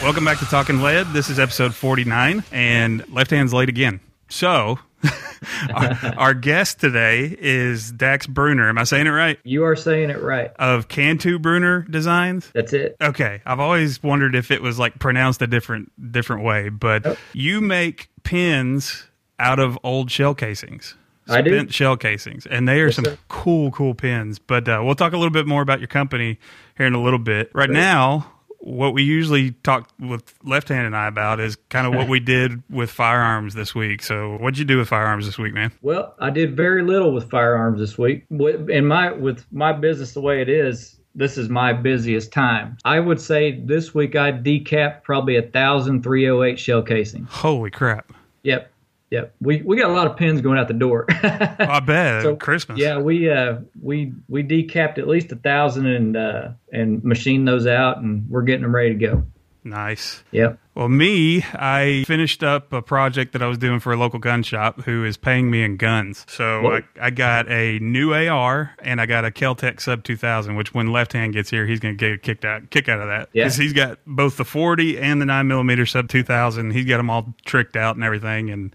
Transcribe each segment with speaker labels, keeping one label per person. Speaker 1: Welcome back to Talking Lead. This is episode 49, and left hand's late again. So, our, our guest today is Dax Bruner. Am I saying it right?
Speaker 2: You are saying it right.
Speaker 1: Of Cantu Bruner Designs.
Speaker 2: That's it.
Speaker 1: Okay, I've always wondered if it was like pronounced a different different way, but
Speaker 2: Nope.
Speaker 1: you make pins out of old shell casings.
Speaker 2: I do.
Speaker 1: Spent shell casings, and they are some
Speaker 2: sir.
Speaker 1: cool, cool pins. But uh, we'll talk a little bit more about your company here in a little bit. Right now, what we usually talk with Left Hand and I about is kind of what we did with firearms this week. So, what'd you do with firearms this week, man?
Speaker 2: Well, I did very little with firearms this week. With- In my with my business the way it is, this is my busiest time. I would say this week I decapped probably a thousand three hundred eight shell casing.
Speaker 1: Holy crap!
Speaker 2: Yep, yep. We we got a lot of pins going out the door.
Speaker 1: I bet
Speaker 2: So,
Speaker 1: Christmas.
Speaker 2: Yeah, we uh, we we decapped at least a thousand and uh, and machined those out, and we're getting them ready to go.
Speaker 1: nice.
Speaker 2: Yep.
Speaker 1: Well, me, I finished up a project that I was doing for a local gun shop who is paying me in guns. So
Speaker 2: Whoa.
Speaker 1: I, I got a new AR and I got a Kel-Tec Sub 2000, which when Left Hand gets here, he's going to get a kicked out, kick out of that.
Speaker 2: Yeah.
Speaker 1: Because he's got both the 40 and the 9mm Sub 2000. He's got them all tricked out and everything. And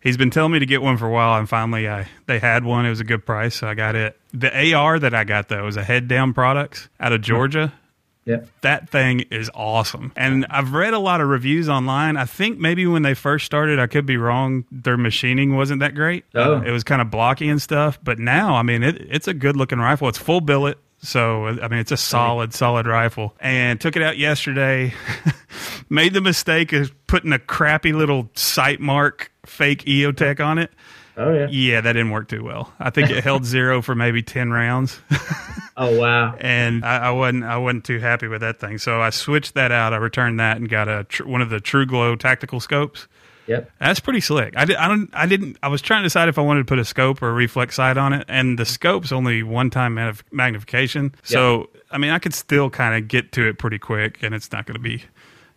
Speaker 1: he's been telling me to get one for a while. And finally, I they had one. It was a good price. So I got it. The AR that I got, though, is a Head Down Products out
Speaker 2: Mm-hmm.
Speaker 1: of Georgia
Speaker 2: Yep.
Speaker 1: that thing is awesome. And I've read a lot of reviews online. I think maybe when they first started, I could be wrong. Their machining wasn't that great.
Speaker 2: Oh.
Speaker 1: Uh, it was kind of blocky and stuff. But now, I mean, it, it's a good looking rifle. It's full billet. So, I mean, it's a solid, solid rifle. And took it out yesterday. Made the mistake of putting a crappy little sight mark fake EOTech on it.
Speaker 2: Oh yeah.
Speaker 1: Yeah, that didn't work too well. I think it held zero for maybe 10 rounds
Speaker 2: Oh wow.
Speaker 1: and I, I wasn't I wasn't too happy with that thing. So I switched that out. I returned that and got a tr- one of the True Glow tactical scopes.
Speaker 2: Yep.
Speaker 1: That's pretty slick. I, did, I don't I didn't I was trying to decide if I wanted to put a scope or a reflex sight on it, and the scope's only one time magnif- magnification. So I mean I could still kind of get to it pretty quick, and it's not going to be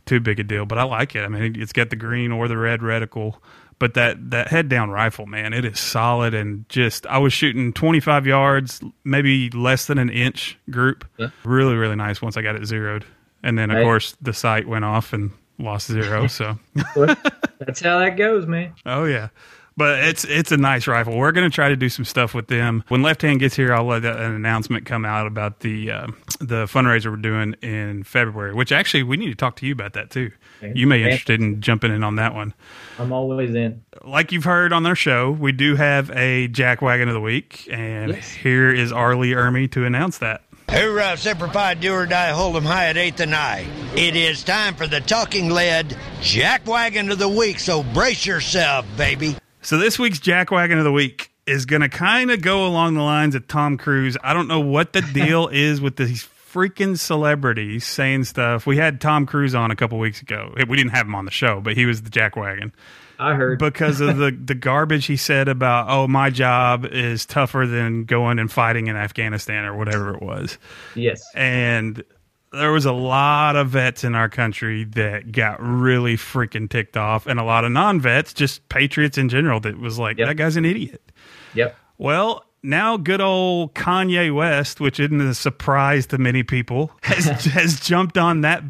Speaker 1: too big a deal. But I like it. I mean it's got the green or the red reticle. But that, that head down rifle, man, it is solid and just. I was shooting 25 yards, maybe less than an inch group. Really, really nice once I got it zeroed. And then, of
Speaker 2: Right.
Speaker 1: course, the sight went off and lost zero. So
Speaker 2: Well, that's how that goes, man.
Speaker 1: Oh yeah. But it's it's a nice rifle. We're going to try to do some stuff with them. When Left Hand gets here, I'll let a- an announcement come out about the uh, the fundraiser we're doing in February. Which actually, we need to talk to you about that too. You may be interested in jumping in on that one.
Speaker 2: I'm always in.
Speaker 1: Like you've heard on their show, we do have a jack wagon of the week, and
Speaker 2: Yes.
Speaker 1: here is Arlie Ermy to announce that.
Speaker 3: Hoorah, Semper Fi, do or die, hold 'em high at eighth and I. It is time for the Talking Lead Jack Wagon of the Week, so brace yourself, baby.
Speaker 1: So this week's Jack Wagon of the Week is going to kind of go along the lines of Tom Cruise. I don't know what the deal is with these freaking celebrities saying stuff. We had Tom Cruise on a couple weeks ago. We didn't have him on the show, but he was the Jack Wagon
Speaker 2: I heard.
Speaker 1: because of the, the garbage he said about, oh, my job is tougher than going and fighting in Afghanistan or whatever it was
Speaker 2: yes.
Speaker 1: and there was a lot of vets in our country that got really freaking ticked off and a lot of non-vets just patriots in general that was like
Speaker 2: Yep.
Speaker 1: that guy's an idiot
Speaker 2: Yep.
Speaker 1: well now good old kanye west which isn't a surprise to many people has, has jumped on that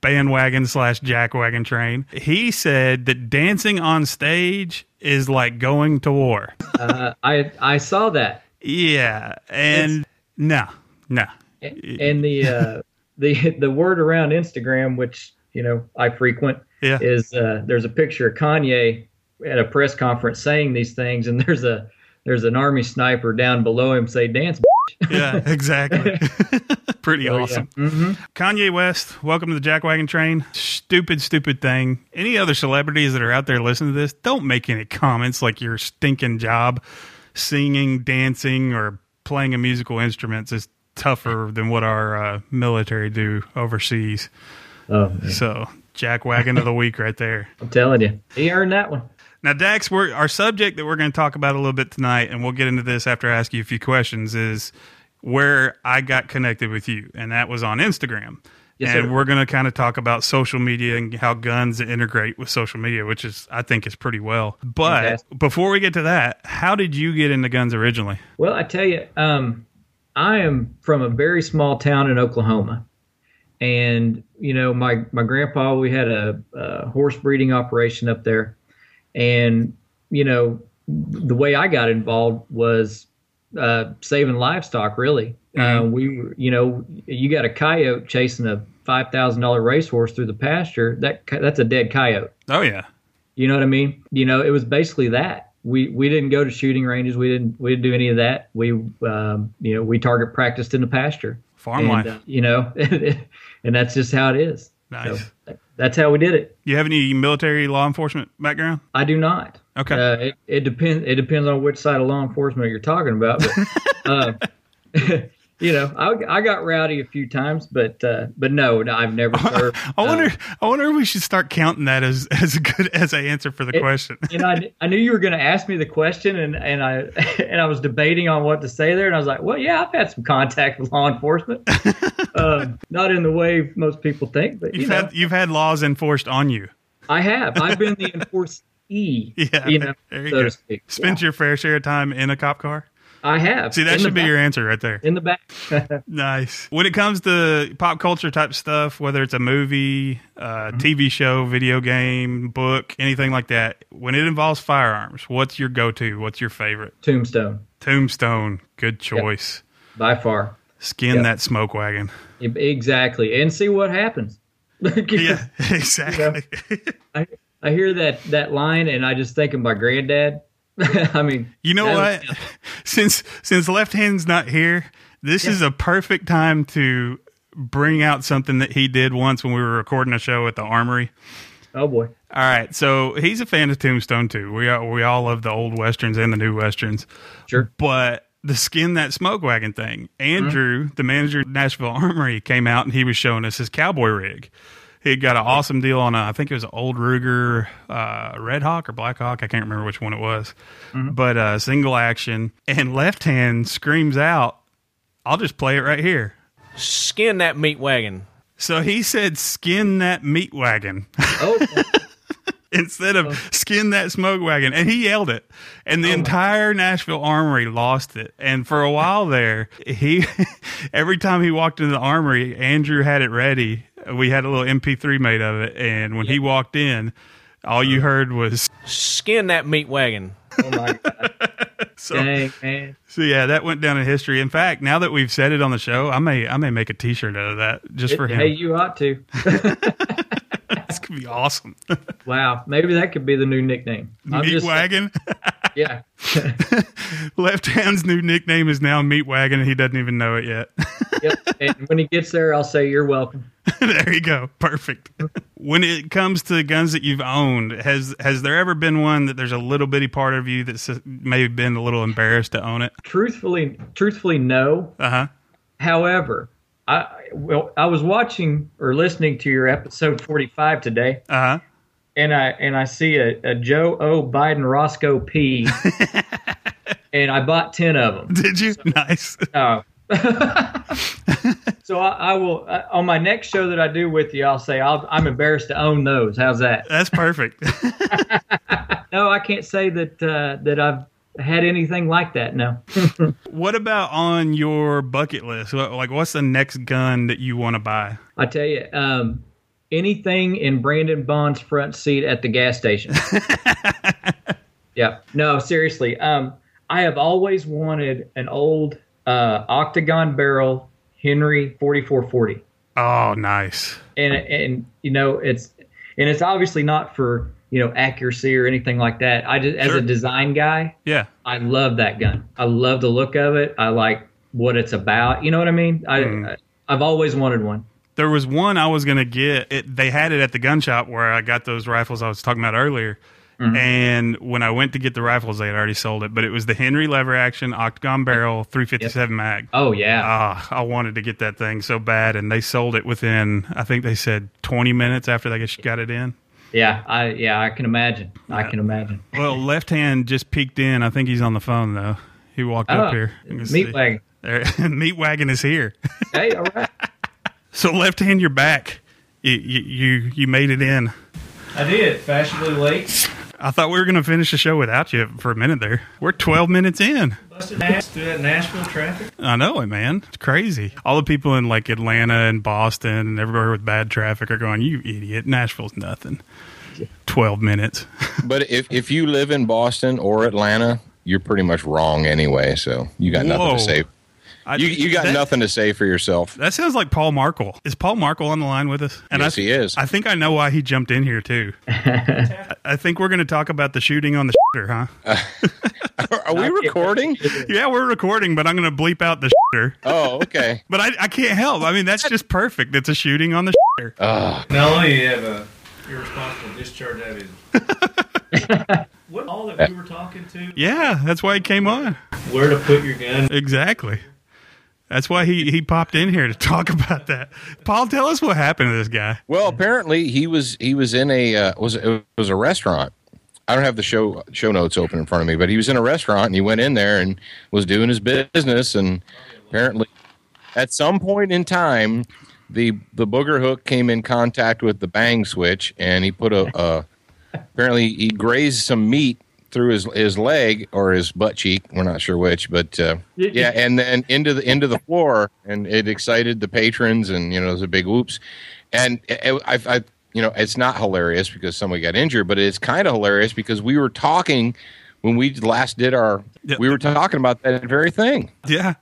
Speaker 1: bandwagon slash jackwagon train he said that dancing on stage is like going to war
Speaker 2: Uh, I I saw that,
Speaker 1: yeah and no no
Speaker 2: and the uh, the the word around Instagram, which you know I frequent,
Speaker 1: Yeah.
Speaker 2: is uh, there's a picture of Kanye at a press conference saying these things, and there's a there's an army sniper down below him say dance.
Speaker 1: yeah, exactly. Pretty
Speaker 2: yeah.
Speaker 1: awesome. Kanye West, welcome to the Jackwagon train. Stupid, stupid thing. Any other celebrities that are out there listening to this, don't make any comments like your stinking job singing, dancing, or playing a musical instrument is tougher than what our uh, military do overseas.
Speaker 2: Oh, man,
Speaker 1: So, Jackwagon of the week right there.
Speaker 2: I'm telling you, he earned that one.
Speaker 1: Now, Dax, we're, our subject that we're going to talk about a little bit tonight, and we'll get into this after I ask you a few questions, is where I got connected with you, and that was on Instagram.
Speaker 2: Yes,
Speaker 1: and
Speaker 2: sir.
Speaker 1: we're going to kind of talk about social media and how guns integrate with social media, which is I think is pretty well. But
Speaker 2: Fantastic.
Speaker 1: before we get to that, how did you get into guns originally?
Speaker 2: Well, I tell you, um, I am from a very small town in Oklahoma, and you know my my grandpa we had a, a horse breeding operation up there and you know the way i got involved was uh, saving livestock really uh, we were you know you got a coyote chasing a $5000 racehorse through the pasture that that's a dead coyote
Speaker 1: Oh yeah.
Speaker 2: you know what i mean you know it was basically that we we didn't go to shooting ranges we didn't we didn't do any of that we um, you know we target practiced in the pasture
Speaker 1: Farm
Speaker 2: and,
Speaker 1: life.
Speaker 2: uh, you know, and that's just how it is.
Speaker 1: Nice.
Speaker 2: So, that's how we did it.
Speaker 1: You have any military law enforcement background?
Speaker 2: I do not.
Speaker 1: Okay.
Speaker 2: Uh, it, it depends. It depends on which side of law enforcement you're talking about. But, uh, you know, I, I got rowdy a few times, but uh, but no, no, I've never served. uh,
Speaker 1: I wonder. I wonder if we should start counting that as as a good as a answer for the question.
Speaker 2: you know, I, I knew you were going to ask me the question, and, and I and I was debating on what to say there, and I was like, well, yeah, I've had some contact with law enforcement, Um not in the way most people think, but you
Speaker 1: You've
Speaker 2: know,
Speaker 1: had you've had laws enforced on you.
Speaker 2: I have. I've been the enforcee.
Speaker 1: Yeah.
Speaker 2: you know,
Speaker 1: there you
Speaker 2: so
Speaker 1: go.
Speaker 2: to speak.
Speaker 1: Spent your fair share of time in a cop car.
Speaker 2: I have.
Speaker 1: See, that
Speaker 2: In the
Speaker 1: should be
Speaker 2: back-
Speaker 1: your answer right there.
Speaker 2: in the back.
Speaker 1: Nice. When it comes to pop culture type stuff, whether it's a movie, uh,
Speaker 2: Mm-hmm.
Speaker 1: TV show, video game, book, anything like that, when it involves firearms, what's your go to? What's your favorite?
Speaker 2: Tombstone,
Speaker 1: Tombstone. Good choice.
Speaker 2: by far.
Speaker 1: Skin
Speaker 2: Yep.
Speaker 1: that smoke wagon.
Speaker 2: E- Exactly, and see what happens.
Speaker 1: Yeah, exactly.
Speaker 2: I, I hear that that line, and I just think of my granddad. I mean,
Speaker 1: You know
Speaker 2: that
Speaker 1: what?
Speaker 2: was-
Speaker 1: Since since left hand's not here, this is a perfect time to bring out something that he did once when we were recording a show at the Armory.
Speaker 2: Oh boy,
Speaker 1: All right, so he's a fan of Tombstone too. We all, we all love the old westerns and the new westerns,
Speaker 2: sure.
Speaker 1: but the skin that smoke wagon thing. Andrew, the manager of Nashville Armory, came out and he was showing us his cowboy rig. He had got an awesome deal on a, I think it was an old Ruger uh, Red Hawk or Black Hawk. I can't remember which one it was, but uh, single action and left hand screams out. I'll just play it right here.
Speaker 4: Skin that meat wagon.
Speaker 1: So he said, "Skin that meat wagon."
Speaker 2: Oh,
Speaker 1: instead of skin that smoke wagon and he yelled it and the
Speaker 2: Oh
Speaker 1: entire nashville armory lost it and for a while there he every time he walked into the armory andrew had it ready we had a little mp3 made of it and when he walked in all
Speaker 2: Uh-huh.
Speaker 1: you heard was
Speaker 4: Skin that meat wagon.
Speaker 2: oh my god,
Speaker 1: so,
Speaker 2: dang man.
Speaker 1: so yeah that went down in history in fact now that we've said it on the show i may i may make a t-shirt out of that just for him
Speaker 2: Hey, you ought to.
Speaker 1: this could be awesome
Speaker 2: Wow, maybe that could be the new nickname. I'm
Speaker 1: meat
Speaker 2: just-
Speaker 1: wagon
Speaker 2: Yeah,
Speaker 1: left hand's new nickname is now meat wagon and he doesn't even know it yet
Speaker 2: yep. And when he gets there, I'll say you're welcome.
Speaker 1: there you go. Perfect. When it comes to guns that you've owned, has has there ever been one that there's a little bitty part of you that's maybe been a little embarrassed to own it?
Speaker 2: Truthfully, truthfully, no.
Speaker 1: Uh huh.
Speaker 2: However, I well, I was watching or listening to your episode 45 today,
Speaker 1: Uh huh.
Speaker 2: and I and I see a, a Joe O Biden Roscoe P, and I bought ten of them.
Speaker 1: Did you? Nice.
Speaker 2: Oh. so I, I will uh, on my next show that I do with you. I'll say I'll, I'm embarrassed to own those. How's that?
Speaker 1: That's perfect.
Speaker 2: No, I can't say that uh, that I've had anything like that. No.
Speaker 1: what about on your bucket list? What- Like, what's the next gun that you want to buy?
Speaker 2: I tell you, um, anything in Brandon Bond's front seat at the gas station. yeah, no, seriously. Um, I have always wanted an old uh, octagon barrel Henry 4440,
Speaker 1: Oh, nice.
Speaker 2: and and you know it's and it's obviously not for you know accuracy or anything like that. I just as
Speaker 1: Sure.
Speaker 2: a design guy,
Speaker 1: Yeah.
Speaker 2: I love that gun. I love the look of it. I like what it's about. You know what I mean? I,
Speaker 1: Mm-hmm.
Speaker 2: I I've always wanted one.
Speaker 1: There was one I was gonna get. It, they had it at the gun shop where I got those rifles I was talking about earlier.
Speaker 2: Mm-hmm.
Speaker 1: And when I went to get the rifles, they had already sold it. But it was the Henry lever action octagon barrel 357 mag.
Speaker 2: Oh yeah.
Speaker 1: Ah, I wanted to get that thing so bad, and they sold it within. I think they said 20 minutes after they got it in.
Speaker 2: Yeah, I yeah, I can imagine. I can imagine.
Speaker 1: Well, left hand just peeked in. I think he's on the phone though. He walked up
Speaker 2: Oh,
Speaker 1: here. I can see.
Speaker 2: Meat wagon.
Speaker 1: There- meat wagon is here.
Speaker 2: Hey, all right.
Speaker 1: So left hand, you're back. You you you, you made it in.
Speaker 2: I did. Fashionably late.
Speaker 1: I thought we were going to finish the show without you for a minute there. We're 12 minutes in.
Speaker 5: Busted ass through that Nashville traffic.
Speaker 1: I know it, man. It's crazy. All the people in like Atlanta and Boston and everywhere with bad traffic are going, you idiot. Nashville's nothing. 12 minutes.
Speaker 6: But if if you live in Boston or Atlanta, you're pretty much wrong anyway. So you got nothing
Speaker 1: Whoa.
Speaker 6: to say.
Speaker 1: I-
Speaker 6: You you got
Speaker 1: that-
Speaker 6: nothing to say for yourself.
Speaker 1: That sounds like Paul Markle. Is Paul Markle on the line with us?
Speaker 6: Yes,
Speaker 1: I,
Speaker 6: he is.
Speaker 1: I think I know why he jumped in here too. I, I think we're going to talk about the shooting on the shooter, huh?
Speaker 6: Are, are we recording?
Speaker 1: yeah, we're recording, but I'm going to bleep out the shooter.
Speaker 6: Oh, okay.
Speaker 1: But I, I can't help. I mean, that's just perfect. It's a shooting on the shooter.
Speaker 4: Oh.
Speaker 5: Not only you have a irresponsible discharge out of his. what all that we were talking to?
Speaker 1: Yeah, that's why he came on.
Speaker 5: Where to put your gun?
Speaker 1: Exactly. That's why he, he popped in here to talk about that. Paul, tell us what happened to this guy.
Speaker 6: Well, apparently he was he was in a uh, was it was a restaurant. I don't have the show show notes open in front of me, but he was in a restaurant and he went in there and was doing his business and apparently at some point in time the the booger hook came in contact with the bang switch and he put a uh, apparently he grazed some meat through his his leg or his butt cheek we're not sure which but uh, yeah and then into the into the floor and it excited the patrons and you know it was a big whoops and it- I, I you know it's not hilarious because somebody got injured but it's kind of hilarious because we were talking when we last did our
Speaker 1: Yeah.
Speaker 6: we were talking about that very thing
Speaker 1: Yeah.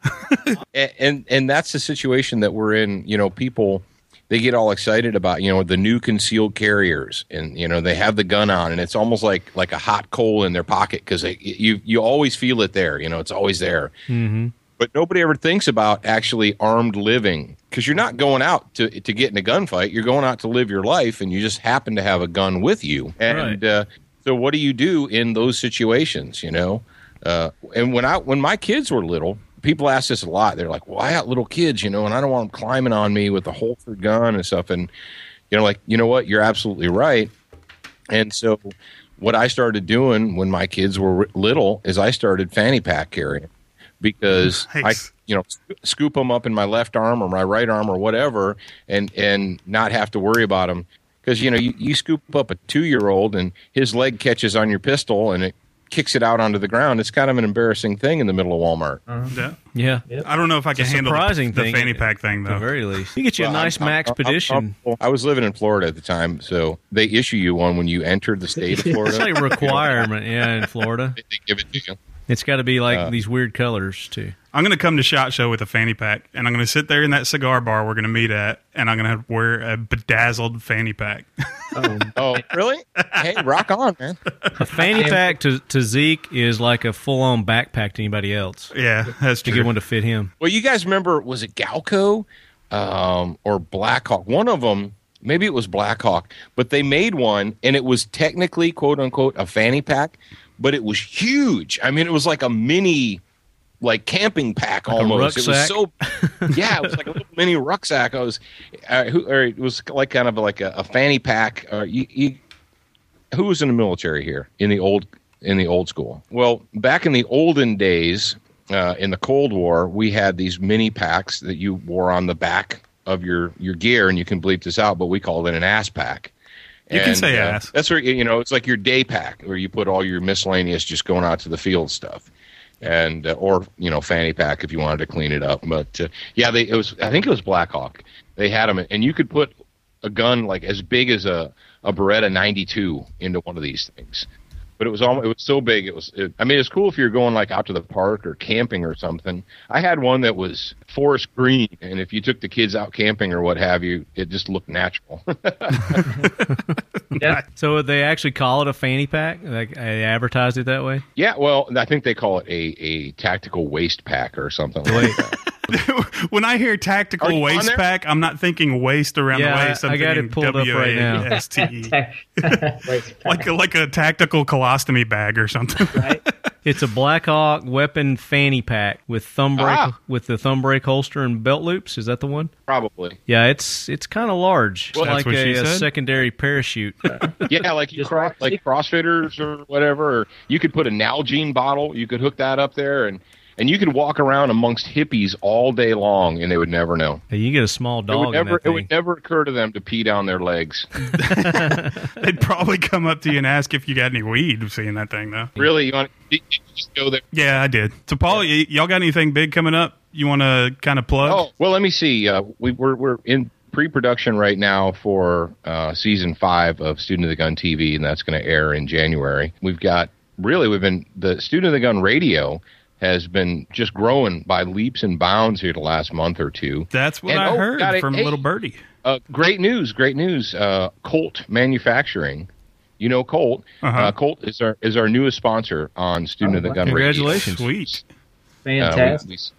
Speaker 6: and- and and that's the situation that we're in. You know, people they get all excited about you know the new concealed carriers, and you know they have the gun on, and it's almost like like a hot coal in their pocket because you you always feel it there. You know, it's always there. Mm-hmm. But nobody ever thinks about actually armed living because you're not going out to to get in a gunfight. You're going out to live your life, and you just happen to have a gun with you. And uh, so, what do you do in those situations? You know, uh, and when I when my kids were little, people ask this a lot. They're like, "Well, I got little kids, you know, and I don't want them climbing on me with a Holford gun and stuff." And you know, like, you know what? You're absolutely right. And so, what I started doing when my kids were little is I started fanny pack carrying because
Speaker 1: Nice.
Speaker 6: I, you know, sc- scoop them up in my left arm or my right arm or whatever, and and not have to worry about them because you know you, you scoop up a two year old and his leg catches on your pistol and it kicks it out onto the ground. It's kind of an embarrassing thing in the middle of Walmart.
Speaker 1: Yeah.
Speaker 4: Yeah.
Speaker 1: I don't know if I can
Speaker 4: It's a
Speaker 1: handle
Speaker 4: surprising
Speaker 1: the, the
Speaker 4: thing.
Speaker 1: fanny pack thing,
Speaker 4: At the
Speaker 1: though.
Speaker 4: very least. You get you a
Speaker 6: Oh. Well,
Speaker 4: nice
Speaker 6: I'm- I'm-
Speaker 4: Max Maxpedition.
Speaker 6: I'm- I was living in Florida at the time, so they issue you one when you enter the state of Florida.
Speaker 4: It's like a requirement, yeah, in Florida.
Speaker 6: They give it to you.
Speaker 4: It's got to be like these weird colors, too.
Speaker 1: I'm going to come to Shot Show with a fanny pack, and I'm going to sit there in that cigar bar we're going to meet at, and I'm going to wear a bedazzled fanny pack.
Speaker 6: Oh, really? hey, rock on, man.
Speaker 4: A fanny pack to, to Zeke is like a full on backpack to anybody else.
Speaker 1: yeah, that's
Speaker 4: To
Speaker 1: true.
Speaker 4: get one to fit him.
Speaker 6: Well, you guys remember was it Galco um, or Blackhawk? One of them, maybe it was Blackhawk, but they made one and it was technically quote unquote a fanny pack, but it was huge. I mean, it was like a mini like camping pack
Speaker 4: a
Speaker 6: almost. It was
Speaker 4: rucksack?
Speaker 6: so yeah, it was like a little mini rucksack. I was, uh, who, or it was like kind of like a, a fanny pack. Or you, you, who was in the military here in the old in the old school? Well, back in the olden days, uh, in the Cold War, we had these mini packs that you wore on the back of your your gear, and you can bleep this out, but we called it an ass pack. uh,
Speaker 1: You can say ass.
Speaker 6: That's where you know it's like your day pack, where you put all your miscellaneous, just going out to the field stuff, and uh, or you know fanny pack if you wanted to clean it up. But uh, yeah, they it was I think it was Blackhawk. They had them, and you could put a gun like as big as a a Beretta 92 into one of these things. But it was all it was so big. It was it, I mean it's cool if you're going like out to the park or camping or something. I had one that was forest green, and if you took the kids out camping or what have you, it just looked natural.
Speaker 2: Yeah.
Speaker 4: So they actually call it a fanny pack? Like They advertised it that way?
Speaker 6: Yeah, well, I think they call it a, a tactical waste pack or something. Like that.
Speaker 1: when I hear
Speaker 6: Are you
Speaker 1: tactical
Speaker 6: on
Speaker 1: waste
Speaker 6: there?
Speaker 1: pack, I'm not thinking waste around
Speaker 4: Yeah,
Speaker 1: the waist.
Speaker 4: I-
Speaker 1: I'm
Speaker 4: I got it
Speaker 1: thinking
Speaker 4: pulled up right now.
Speaker 1: W-A-S-T-E.
Speaker 2: Wait,
Speaker 1: E. like a, like a tactical colostomy bag or something.
Speaker 4: It's a Blackhawk weapon fanny pack with thumb brake
Speaker 6: Ah.
Speaker 4: with the thumb brake holster and belt loops. Is that the one?
Speaker 6: Probably.
Speaker 4: Yeah, it's it's kind of large. It's
Speaker 6: Well,
Speaker 1: that's
Speaker 4: like
Speaker 1: what she
Speaker 4: a, a
Speaker 1: said?
Speaker 4: secondary parachute.
Speaker 6: Yeah, like you
Speaker 2: Just
Speaker 6: cross,
Speaker 2: practice.
Speaker 6: like CrossFitters or whatever. Or you could put a Nalgene bottle. You could hook that up there, and and you could walk around amongst hippies all day long, and they would never know.
Speaker 4: Hey, you get a small
Speaker 6: It would
Speaker 4: dog.
Speaker 6: never,
Speaker 4: in that
Speaker 6: it
Speaker 4: thing.
Speaker 6: would never occur to them to pee down their legs.
Speaker 1: They'd probably come up to you and ask if you got any weed. Seeing that thing though.
Speaker 6: really, you want you just go there?
Speaker 1: Yeah, I did. So, Paul, y- y'all got anything big coming up? You want to kind of plug?
Speaker 6: Oh, well, let me see. Uh, we, we're we're in pre-production right now for uh, season five of Student of the Gun TV, and that's going to air in January. We've got really we've been the Student of the Gun radio has been just growing by leaps and bounds here the last month or two.
Speaker 1: That's what
Speaker 6: And,
Speaker 1: I
Speaker 6: oh,
Speaker 1: heard
Speaker 6: got it.
Speaker 1: from
Speaker 6: Hey.
Speaker 1: Little Birdie.
Speaker 6: Uh, great news, great news. Uh, Colt Manufacturing. You know Colt. uh
Speaker 1: Uh-huh.
Speaker 6: Colt is our is our newest sponsor on Student of the Gun. Radio.
Speaker 4: Congratulations.
Speaker 1: Sweet.
Speaker 6: Uh, we-
Speaker 2: Fantastic.
Speaker 6: we s-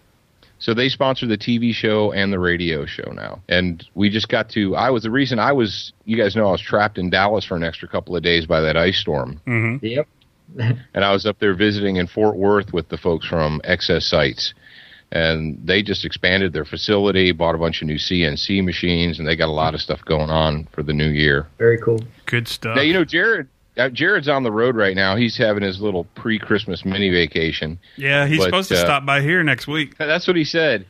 Speaker 6: so they sponsor the TV show and the radio show now, and we just got to. I was the reason I was. You guys know I was trapped in Dallas for an extra couple of days by that ice storm,
Speaker 1: hmm
Speaker 2: yep.
Speaker 6: and I was up there visiting in Fort Worth with the folks from XS Sites, and they just expanded their facility, bought a bunch of new CNC machines, and they got a lot of stuff going on for the new year.
Speaker 2: Very cool.
Speaker 1: Good stuff.
Speaker 6: Now you know Jared. uh, Jared's on the road right now. He's having his little pre-Christmas mini vacation.
Speaker 1: yeah, he's
Speaker 6: but,
Speaker 1: supposed to
Speaker 6: uh,
Speaker 1: stop by here next week.
Speaker 6: That's what he said.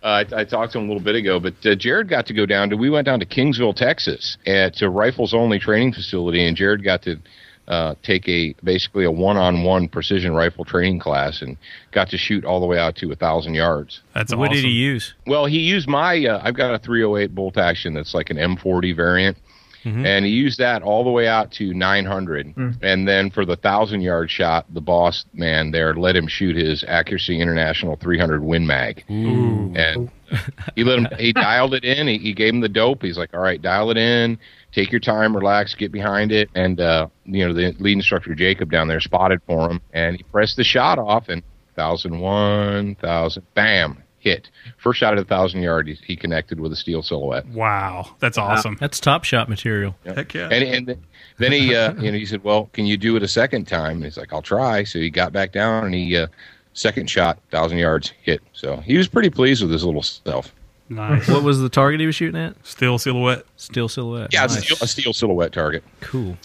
Speaker 6: Uh, I, I talked to him a little bit ago, but uh, Jared got to go down to. We went down to Kingsville, Texas, at a rifles only training facility, and Jared got to uh, take a basically a one on one precision rifle training class, and got to shoot all the way out to a thousand yards.
Speaker 1: That's
Speaker 4: what
Speaker 1: awesome.
Speaker 4: did he use?
Speaker 6: Well, he used my. Uh, I've got a 308 bolt action that's like an M40 variant, and he used that all the way out to 900. And then for the thousand yard shot, the boss man there let him shoot his Accuracy International 300 Win Mag, and uh, he let him. He dialed it in. He, he gave him the dope. He's like, "All right, dial it in. Take your time, relax, get behind it." And uh, you know, the lead instructor Jacob down there spotted for him, and he pressed the shot off and. Thousand one, thousand, bam, hit. First shot at a thousand yard, he, he connected with a steel silhouette.
Speaker 1: Wow, that's awesome.
Speaker 4: That's top shot material.
Speaker 1: Heck yeah.
Speaker 6: And, and th- then he, uh, you know, he said, "Well, can you do it a second time?" And he's like, "I'll try." So he got back down and he uh, second shot, thousand yards, hit. So he was pretty pleased with his little self.
Speaker 1: nice.
Speaker 4: What was the target he was shooting at?
Speaker 1: Still silhouette.
Speaker 4: Steel silhouette.
Speaker 6: Yeah,
Speaker 4: Nice.
Speaker 6: it's a, steel, a steel silhouette target.
Speaker 4: cool.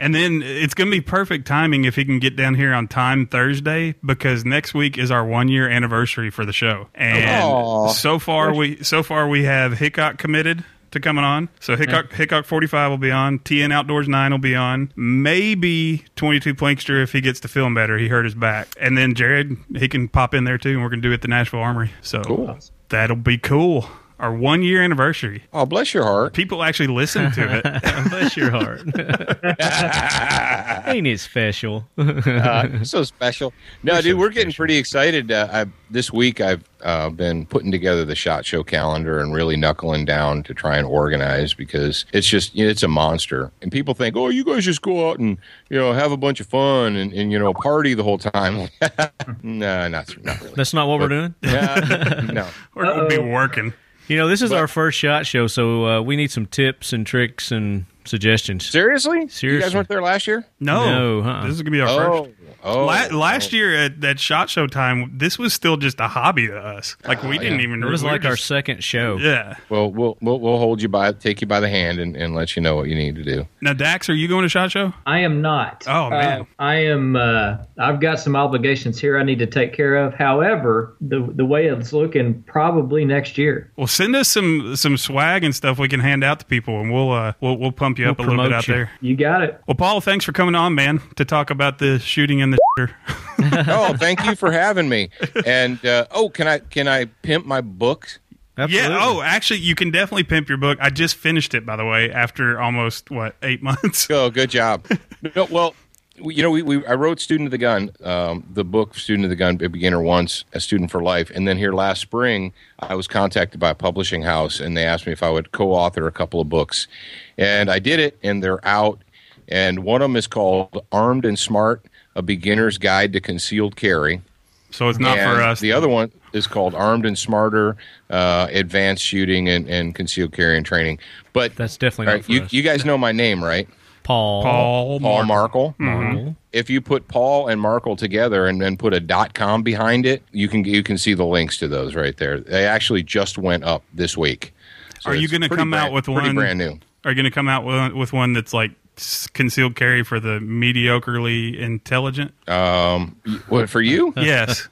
Speaker 1: And then it's going to be perfect timing if he can get down here on time Thursday because next week is our one year anniversary for the show. And
Speaker 6: Aw.
Speaker 1: so far we so far we have Hickok committed to coming on. So Hickok Hickok 45 will be on. TN Outdoors 9 will be on. Maybe 22 Plankster if he gets to film better. He hurt his back. And then Jared he can pop in there too and we're going to do it at the Nashville Armory. So
Speaker 6: Cool.
Speaker 1: that'll be cool. Our one year anniversary.
Speaker 6: Oh, bless your heart.
Speaker 1: People actually listen to it.
Speaker 4: Bless your heart. Ain't it special?
Speaker 6: Uh, so special. No, dude, we're getting pretty excited. Uh, I, this week, I've uh, been putting together the shot show calendar and really knuckling down to try and organize because it's just you know, it's a monster. And people think, oh, you guys just go out and you know have a bunch of fun and, and you know party the whole time. no, not not really.
Speaker 4: That's not what we're doing.
Speaker 6: Yeah, no.
Speaker 1: or it will be working.
Speaker 4: You know, this is our first shot show, so uh, we need some tips and tricks and suggestions.
Speaker 6: Seriously? You guys
Speaker 4: Seriously.
Speaker 6: weren't there last year?
Speaker 1: No,
Speaker 4: No, huh?
Speaker 1: this is gonna be our
Speaker 6: Oh,
Speaker 1: first.
Speaker 6: oh.
Speaker 1: La- last year at that shot show time, this was still just a hobby to us. Like we didn't
Speaker 6: Oh, yeah.
Speaker 1: even.
Speaker 4: It was
Speaker 1: we were
Speaker 4: like our
Speaker 1: just-
Speaker 4: second show.
Speaker 1: Yeah.
Speaker 6: Well, we'll we'll we'll hold you by, take you by the hand, and, and let you know what you need to do.
Speaker 1: Now, Dax, are you going to shot show?
Speaker 2: I am not.
Speaker 1: Oh, man.
Speaker 2: Uh, I am. Uh, I've got some obligations here I need to take care of. However, the the way it's looking, probably next year.
Speaker 1: Well, send us some some swag and stuff we can hand out to people, and we'll uh, we'll, we'll pump you up a
Speaker 4: We'll
Speaker 1: little bit
Speaker 4: promote
Speaker 1: out
Speaker 4: you.
Speaker 1: there.
Speaker 2: You got it.
Speaker 1: Well, Paul, thanks for coming on, man, to talk about the shooting and the. shitter.
Speaker 6: oh, thank you for having me. And uh, oh, can I can I pimp my book?
Speaker 4: Absolutely.
Speaker 1: Yeah. Oh, actually, you can definitely pimp your book. I just finished it, by the way, after almost what eight months.
Speaker 6: Oh, good job. No, well, we- you know, we, we I wrote Student of the Gun, um, the book Student of the Gun, a beginner once, a student for life, and then here last spring, I was contacted by a publishing house, and they asked me if I would co-author a couple of books, and I did it, and they're out, and one of them is called Armed and Smart: A Beginner's Guide to Concealed Carry.
Speaker 1: So it's not
Speaker 6: and
Speaker 1: for us.
Speaker 6: The other one is called Armed and Smarter, uh, Advanced Shooting and, and Concealed Carry and Training. But
Speaker 4: That's definitely
Speaker 6: all
Speaker 4: not
Speaker 6: right,
Speaker 4: for
Speaker 6: you,
Speaker 4: us.
Speaker 6: you guys know my name, right?
Speaker 4: Paul.
Speaker 1: Paul,
Speaker 6: Paul
Speaker 1: Mark.
Speaker 6: Markle.
Speaker 4: Markle. Mm-hmm.
Speaker 6: If you put Paul and Markle together and then put a dot com behind it, you can you can see the links to those right there. They actually just went up this week. So
Speaker 1: Are you
Speaker 6: it's
Speaker 1: going to
Speaker 6: pretty
Speaker 1: come out
Speaker 6: brand-
Speaker 1: with
Speaker 6: pretty
Speaker 1: one
Speaker 6: brand new?
Speaker 1: Are you going to come out with, with one that's like s- concealed carry
Speaker 4: Uh,
Speaker 1: for the mediocrely intelligent?
Speaker 6: Um, y- what for you?
Speaker 1: yes.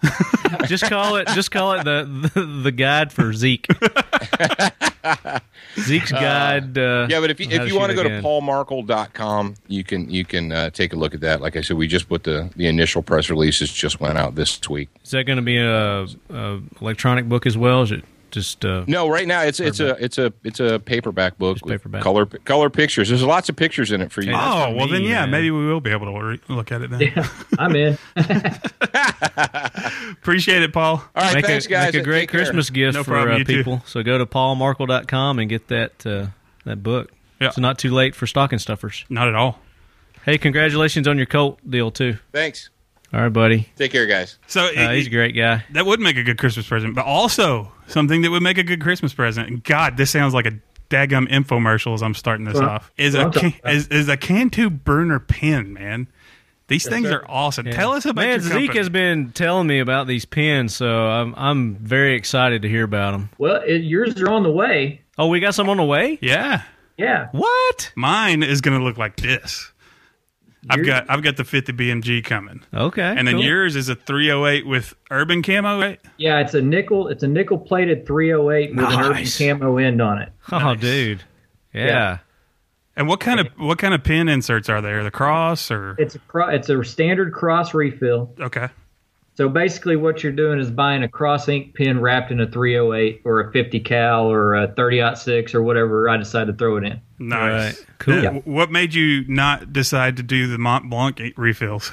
Speaker 4: just call it just call it the the, the guide for Zeke. Zeke's guide. Uh,
Speaker 6: Yeah, but if you,
Speaker 4: on how
Speaker 6: if you want to
Speaker 4: shoot
Speaker 6: go
Speaker 4: a
Speaker 6: to
Speaker 4: gun.
Speaker 6: paulmarkle.com, you can you can uh, take a look at that. Like I said, we just put the the initial press releases just went out this week.
Speaker 4: is that going to be a, a electronic book as well? Is it just uh,
Speaker 6: No, right now it's it's a it's a it's a paperback book with
Speaker 4: paperback.
Speaker 6: color color pictures. There's lots of pictures in it for you.
Speaker 4: Hey, that's
Speaker 1: oh,
Speaker 4: for
Speaker 1: well,
Speaker 4: me,
Speaker 1: then, yeah,
Speaker 4: man.
Speaker 1: maybe we will be able to re- look at it then.
Speaker 2: I'm in.
Speaker 1: Appreciate it, Paul.
Speaker 6: All right,
Speaker 4: make
Speaker 6: thanks
Speaker 4: a
Speaker 6: guys.
Speaker 4: make a great
Speaker 6: Take care.
Speaker 4: Christmas gift
Speaker 1: No
Speaker 4: for
Speaker 1: problem,
Speaker 4: uh,
Speaker 1: you too.
Speaker 4: people? So go to paulmarkle.com and get that uh, that book.
Speaker 1: Yeah.
Speaker 4: It's not too late for stocking stuffers.
Speaker 1: Not at all.
Speaker 4: Hey, congratulations on your Colt deal too.
Speaker 6: Thanks.
Speaker 4: All right, buddy.
Speaker 6: Take care, guys.
Speaker 1: So
Speaker 4: Uh,
Speaker 1: it-
Speaker 4: he's a great guy.
Speaker 1: that would make a good Christmas present, but also something that would make a good Christmas present. God, this sounds like a daggum infomercial as I'm starting this
Speaker 4: Uh-huh.
Speaker 2: Well,
Speaker 1: off. Is
Speaker 2: well,
Speaker 1: a
Speaker 2: I'm talking
Speaker 1: can, is, is a Cantu burner pen, man. These things are awesome. Tell us about your
Speaker 4: Man,
Speaker 1: company.
Speaker 4: Zeke has been telling me about these pins, so I'm I'm very excited to hear about them.
Speaker 2: Well, it, yours are on the way.
Speaker 4: Oh, we got some on the way.
Speaker 1: yeah,
Speaker 2: Yeah.
Speaker 4: What?
Speaker 1: mine is going to look like this. I've
Speaker 2: Yours-
Speaker 1: got I've got the 50 BMG coming,
Speaker 4: Okay.
Speaker 1: and then
Speaker 4: cool.
Speaker 1: yours is a 308 with urban camo. Right?
Speaker 2: Yeah, it's a nickel. It's a nickel plated 308 with
Speaker 4: Nice.
Speaker 2: an urban camo end on it.
Speaker 4: Oh, dude. Yeah.
Speaker 2: Yeah.
Speaker 1: And what kind of what kind of pin inserts are there? The cross or
Speaker 2: It's a cro- it's a standard cross refill.
Speaker 1: okay.
Speaker 2: So basically, what you're doing is buying a cross ink pin wrapped in a 308 or a 50 cal or a 30 six or whatever I decide to throw it in.
Speaker 1: Nice.
Speaker 4: Right. Cool.
Speaker 1: Th- What made you not decide to do the Mont Blanc e- refills?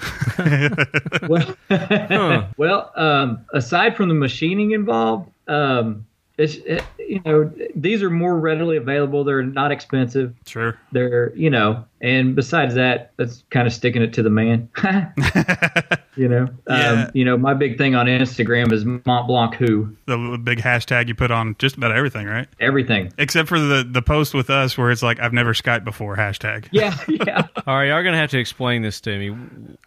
Speaker 2: Well,
Speaker 4: Hmm. Huh.
Speaker 2: well um, aside from the machining involved, um, it's it, you know these are more readily available. They're not expensive.
Speaker 1: sure.
Speaker 2: They're you know, and besides that, that's kind of sticking it to the man. you know,
Speaker 1: Yeah.
Speaker 2: um, you know, my big thing on Instagram is Mont Blanc who
Speaker 1: The little big hashtag you put on just about everything, right?
Speaker 2: everything.
Speaker 1: Except for the the post with us where it's like I've never Skyped before hashtag.
Speaker 2: Yeah, yeah.
Speaker 4: All right, y'all gonna have to explain this to me.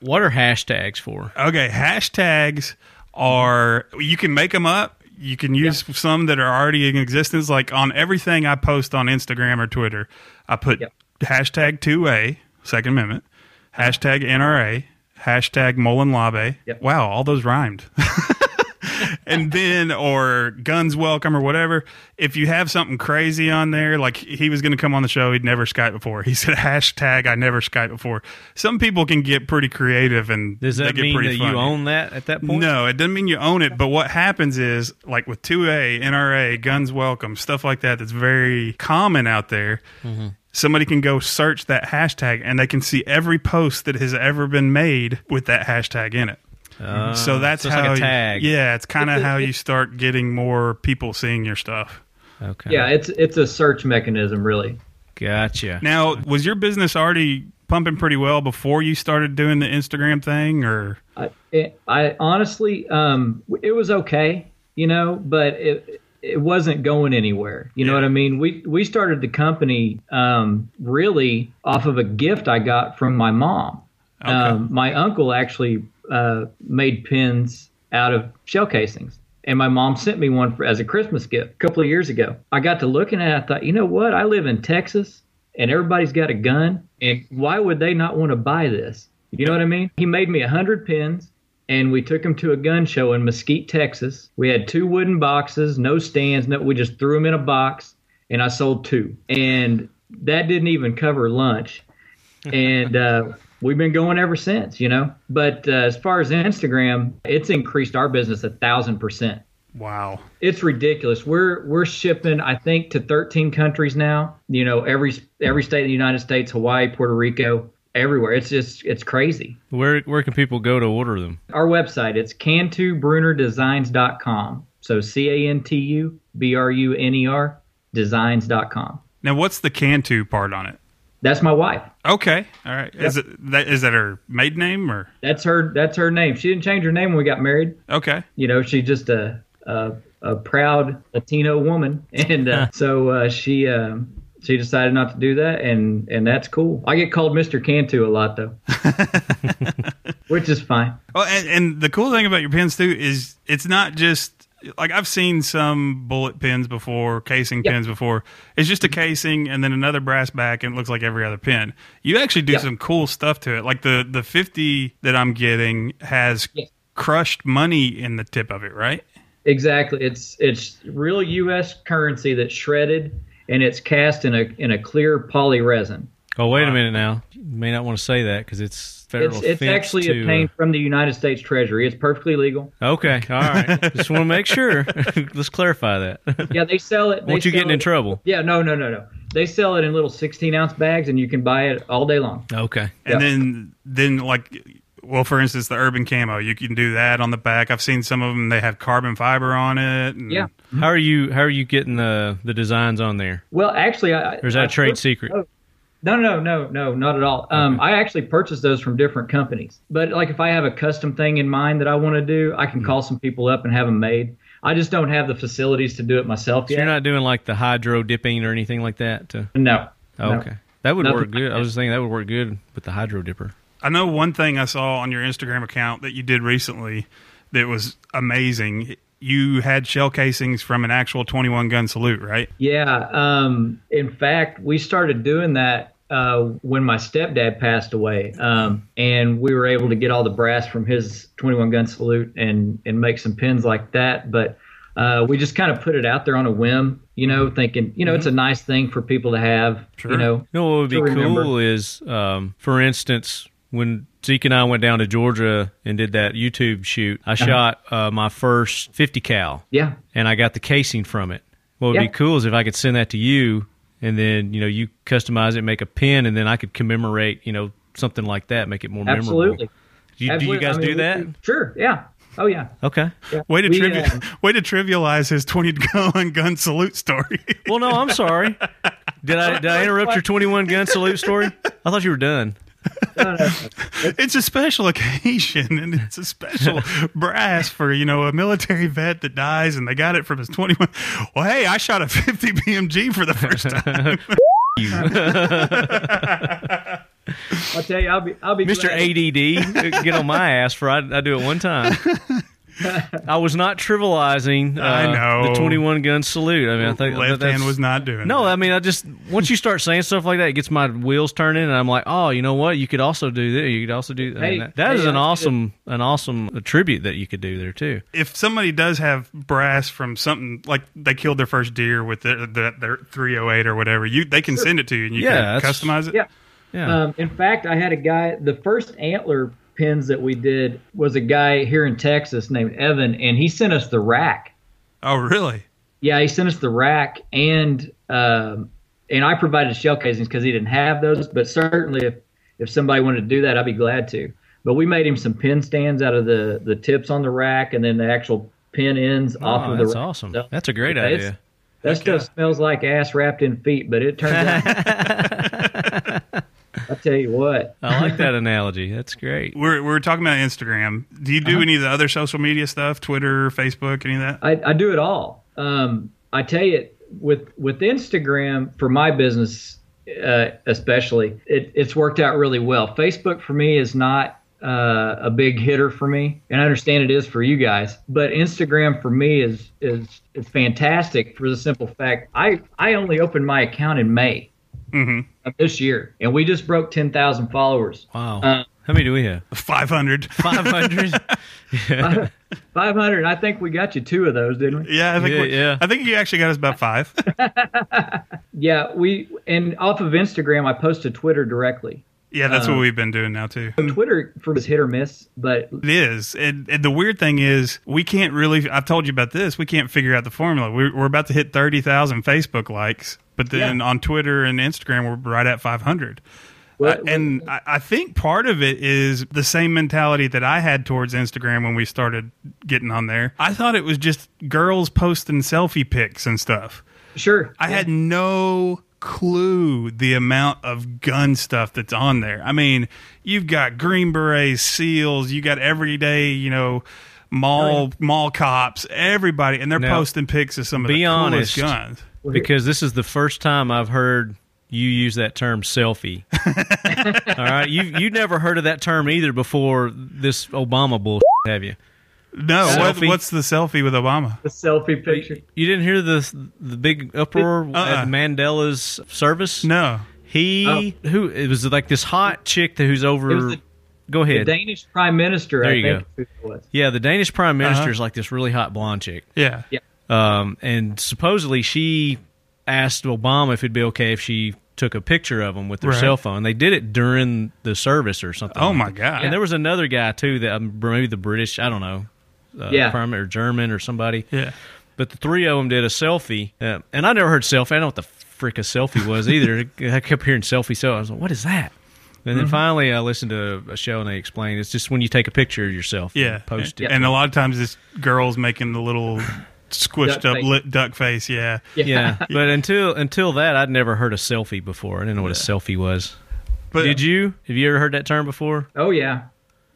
Speaker 4: What are hashtags for?
Speaker 1: Okay, hashtags are you can make them up. You can use some that are already in existence. Like on everything I post on Instagram or Twitter, I put
Speaker 2: Yep.
Speaker 1: hashtag two A Second Amendment, hashtag NRA, hashtag Mullen Labe.
Speaker 2: Yep.
Speaker 1: Wow, all those rhymed. and then or guns welcome or whatever. If you have something crazy on there, like he was going to come on the show, he'd never Skype before. He said hashtag I never Skype before. Some people can get pretty creative and
Speaker 4: Does
Speaker 1: they
Speaker 4: that
Speaker 1: get
Speaker 4: mean
Speaker 1: pretty
Speaker 4: that you
Speaker 1: funny.
Speaker 4: own that at that point?
Speaker 1: No, it doesn't mean you own it. But what happens is, like with 2A, NRA, guns welcome, stuff like that, that's very common out there.
Speaker 4: Mm-hmm.
Speaker 1: Somebody can go search that hashtag and they can see every post that has ever been made with that hashtag in it. so that's
Speaker 4: Uh, so it's like
Speaker 1: how
Speaker 4: a
Speaker 1: you-
Speaker 4: tag.
Speaker 1: yeah, it's kind of how you start getting more people seeing your stuff.
Speaker 4: Okay.
Speaker 2: Yeah, it's it's a search mechanism, really.
Speaker 4: Gotcha.
Speaker 1: Now, was your business already pumping pretty well before you started doing the Instagram thing, or
Speaker 2: I, it, I honestly, um, it was okay, you know, but it it wasn't going anywhere. You know what I mean? We we started the company um, really off of a gift I got from my mom. Um, my uncle actually uh, made pins out of shell casings. And my mom sent me one for, as a Christmas gift a couple of years ago. I got to looking at it. I thought, you know what? I live in Texas and everybody's got a gun. And why would they not want to buy this? You know what I mean? He made me a 100 pins and we took them to a gun show in Mesquite, Texas. We had two wooden boxes, no stands. No, we just threw them in a box and I sold two. And that didn't even cover lunch and uh, we've been going ever since, you know. But uh, as far as Instagram, it's increased our business a thousand percent.
Speaker 1: wow?
Speaker 2: It's ridiculous. We're we're shipping, I think, to 13 countries now. You know, every every state in the United States, Hawaii, Puerto Rico, everywhere. It's just it's crazy.
Speaker 4: Where where can people go to order them?
Speaker 2: Our website, it's cantubrunnerdesigns.com. So C A N T U B R U N E R designs.com.
Speaker 1: Now, what's the Cantu part on it?
Speaker 2: That's my wife.
Speaker 1: Okay, all right. Is it that is that her maiden name or
Speaker 2: That's her that's her name. She didn't change her name when we got married.
Speaker 1: okay?
Speaker 2: you know she's just a a, a proud Latino woman, and uh, so uh, she um, she decided not to do that, and and that's cool. I get called Mister Cantu a lot though, which is fine.
Speaker 1: Oh, and, and the cool thing about your pins too is it's not just like I've seen some bullet pins before, casing pins before. It's just a
Speaker 2: Mm-hmm.
Speaker 1: casing and then another brass back, and it looks like every other pin. You actually do
Speaker 2: Yep.
Speaker 1: some cool stuff to it, like the the fifty that I'm getting has. crushed money in the tip of it, right?
Speaker 2: Exactly. It's it's real U.S. currency that's shredded and it's cast in a in a clear poly resin.
Speaker 4: Oh,
Speaker 1: Uh,
Speaker 4: wait a minute now. You may not want to say that because it's federal.
Speaker 2: It's it's
Speaker 4: offense
Speaker 2: actually
Speaker 4: to, uh,
Speaker 2: obtained from the United States Treasury. It's perfectly legal.
Speaker 4: okay, all right. Just want to make sure. Let's clarify that.
Speaker 2: Yeah, they sell it. they
Speaker 4: Won't you
Speaker 2: sell
Speaker 4: getting in
Speaker 2: it-
Speaker 4: trouble?
Speaker 2: Yeah, no, no, no, no. They sell it in little 16 ounce bags, and you can buy it all day long.
Speaker 4: Okay.
Speaker 1: And
Speaker 2: Yeah.
Speaker 1: then then like well, for instance, the urban camo, you can do that on the back. I've seen some of them; they have carbon fiber on it.
Speaker 4: Hmm.
Speaker 1: and-
Speaker 2: Yeah.
Speaker 4: How are you? How are you getting the the designs on there?
Speaker 2: Well, actually, I,
Speaker 4: Or is that
Speaker 2: I
Speaker 4: a trade
Speaker 2: purchased
Speaker 4: secret?
Speaker 2: those- No, no, no, no, not at all. Um, I actually purchased those from different companies. But like, if I have a custom thing in mind that I want to do, I
Speaker 4: Hmm.
Speaker 2: can call some people up and have them made. I just don't have the facilities to do it myself
Speaker 4: So
Speaker 2: yet.
Speaker 4: you're not doing like the hydro dipping or anything like that. To,
Speaker 2: no.
Speaker 4: oh,
Speaker 2: no.
Speaker 4: okay. That would
Speaker 2: Nothing
Speaker 4: work
Speaker 2: like
Speaker 4: good. I
Speaker 2: that.
Speaker 4: was just thinking that would work good with the hydro dipper.
Speaker 1: I know one thing I saw on your Instagram account that you did recently that was amazing. You had shell casings from an actual 21 gun salute, right?
Speaker 2: Yeah. Um, in fact, we started doing that uh, when my stepdad passed away, um, and we were able to get all the brass from his 21 gun salute and and make some pins like that. But uh, we just kind of put it out there on a whim, you
Speaker 4: Mm-hmm.
Speaker 2: know, thinking you know it's a nice thing for people to have, you know.
Speaker 4: You know what would be
Speaker 2: To remember.
Speaker 4: cool is, um, for instance, when Zeke and I went down to Georgia and did that YouTube shoot, I shot uh, my first 50 cal.
Speaker 2: Uh-huh. Yeah.
Speaker 4: and I got the casing from it. What would be
Speaker 2: Yeah.
Speaker 4: cool is if I could send that to you, and then you know you customize it, make a pin, and then I could commemorate you know something like that, make it more
Speaker 2: Absolutely.
Speaker 4: memorable. Do you, do you
Speaker 2: Absolutely.
Speaker 4: guys
Speaker 2: I mean,
Speaker 4: do
Speaker 2: we-
Speaker 4: that?
Speaker 2: Sure. Yeah. Oh yeah.
Speaker 4: Okay.
Speaker 1: Way to
Speaker 2: We,
Speaker 1: trivi-
Speaker 2: um,
Speaker 1: way to trivialize his 21 gun salute story.
Speaker 4: Well, no, I'm sorry. Did I did I interrupt your 21 gun salute story? I thought you were done.
Speaker 1: it's a special occasion, and it's a special brass for you know a military vet that dies, and they got it from his 21. Well, hey, I shot a 50 BMG for the first time.
Speaker 2: I'll tell you. I'll be. I'll be.
Speaker 4: Mr.
Speaker 2: glad-
Speaker 4: ADD, get on my ass for I, I do it one time. I was not trivializing uh,
Speaker 1: I know.
Speaker 4: the 21 gun salute. I mean, I think I think
Speaker 1: Left
Speaker 4: that's-
Speaker 1: hand was not doing.
Speaker 4: No,
Speaker 1: that.
Speaker 4: I mean, I just once you start saying stuff like that, it gets my wheels turning, and I'm like, oh, you know what? You could also do that. You could also do that. I mean,
Speaker 2: Hey,
Speaker 4: that- that
Speaker 2: hey, uh,
Speaker 4: is an
Speaker 2: I-
Speaker 4: awesome, an awesome tribute that you could do there too.
Speaker 1: if somebody does have brass from something like they killed their first deer with their their, their 308 or whatever, you they can send it to you and you
Speaker 4: Yeah,
Speaker 1: can
Speaker 4: that's-
Speaker 1: customize it.
Speaker 2: Yeah.
Speaker 4: Yeah.
Speaker 2: Um, in fact, I had a guy. The first antler pins that we did was a guy here in Texas named Evan, and he sent us the rack.
Speaker 1: Oh, really?
Speaker 2: Yeah, he sent us the rack, and um, and I provided shell casings because he didn't have those. But certainly, if if somebody wanted to do that, I'd be glad to. But we made him some pin stands out of the the tips on the rack, and then the actual pin ends off
Speaker 4: oh,
Speaker 2: of the.
Speaker 4: that's
Speaker 2: rack.
Speaker 4: awesome.
Speaker 2: So
Speaker 4: That's a great
Speaker 2: it's-
Speaker 4: idea.
Speaker 2: That stuff smells like ass wrapped in feet, but it turns out. I tell you what.
Speaker 4: I like that analogy. That's great.
Speaker 1: We're we're talking about Instagram. Do you do any of the other social media stuff? Twitter, Facebook, any of that?
Speaker 2: I, I do it all. Um, I tell you, with with Instagram for my business, uh, especially, it, it's worked out really well. Facebook for me is not uh, a big hitter for me, and I understand it is for you guys. But Instagram for me is is is fantastic for the simple fact I I only opened my account in May of this year, and we just broke ten thousand followers.
Speaker 4: Wow.
Speaker 2: Uh,
Speaker 4: How many do we have?
Speaker 1: 500.
Speaker 4: Five hundred.
Speaker 2: 500 i think we got you two of those didn't we
Speaker 1: Yeah, I think
Speaker 4: Yeah,
Speaker 1: we-
Speaker 4: yeah.
Speaker 1: I think you actually got us about five.
Speaker 2: yeah we and off of instagram i post to twitter directly
Speaker 1: yeah, that's
Speaker 4: Uh-huh.
Speaker 1: what we've been doing now too.
Speaker 2: Twitter for was hit or miss, but
Speaker 1: It is. And, and the weird thing is, we can't really. I've told you about this. We can't figure out the formula. We're, we're about to hit 30,000 Facebook likes, but then
Speaker 2: Yeah.
Speaker 1: on Twitter and Instagram, we're right at 500.
Speaker 2: Well,
Speaker 1: I- and I, I think part of it is the same mentality that I had towards Instagram when we started getting on there. I thought it was just girls posting selfie pics and stuff.
Speaker 2: sure.
Speaker 1: I had no clue the amount of gun stuff that's on there. I mean, you've got Green Berets, SEALs, you got everyday, you know, mall mall cops, everybody, and they're
Speaker 4: Now,
Speaker 1: posting pics of some of
Speaker 4: be
Speaker 1: the
Speaker 4: honest.
Speaker 1: coolest guns.
Speaker 4: because this is the first time I've heard you use that term selfie. All right, you you never heard of that term either before this Obama bullshit, have you?
Speaker 1: No, what,
Speaker 4: Selfie.
Speaker 1: what's the selfie with Obama?
Speaker 2: the selfie picture.
Speaker 4: You didn't hear the the big uproar
Speaker 1: Uh-uh.
Speaker 4: at Mandela's service?
Speaker 1: No.
Speaker 4: He who it was like this hot chick that who's
Speaker 2: Oh. It
Speaker 4: over
Speaker 2: was the
Speaker 4: Go
Speaker 2: The
Speaker 4: ahead.
Speaker 2: Danish prime minister,
Speaker 4: There
Speaker 2: I
Speaker 4: you
Speaker 2: think
Speaker 4: go.
Speaker 2: is who it was.
Speaker 4: yeah, the Danish prime
Speaker 2: Uh-huh.
Speaker 4: minister is like this really hot blonde chick.
Speaker 1: Yeah.
Speaker 2: Yeah.
Speaker 4: Um, and supposedly she asked Obama if it'd be okay if she took a picture of him with their
Speaker 1: Right.
Speaker 4: cell phone. They did it during the service or something.
Speaker 1: Oh
Speaker 4: like
Speaker 1: my
Speaker 4: that.
Speaker 1: god.
Speaker 4: And there was another guy too that um, maybe the British, I don't know, uh,
Speaker 2: Yeah.
Speaker 4: prime or German or somebody.
Speaker 1: yeah.
Speaker 4: But the three of them did a selfie, uh, and I never heard selfie. I don't know what the frick a selfie was either. I kept hearing selfie, so I was like, "What is that?" And
Speaker 1: Mm-hmm.
Speaker 4: then finally, I listened to a show and they explained it's just when you take a picture of yourself, and
Speaker 1: Yeah.
Speaker 4: post it.
Speaker 1: And a lot of times it's girls making the little squished
Speaker 2: Duck
Speaker 1: up
Speaker 2: face.
Speaker 1: lit duck face. Yeah.
Speaker 4: Yeah, but until until that, I'd never heard a selfie before. I didn't know what a selfie was.
Speaker 1: But
Speaker 4: Did you? Have you ever heard that term before?
Speaker 2: Oh yeah.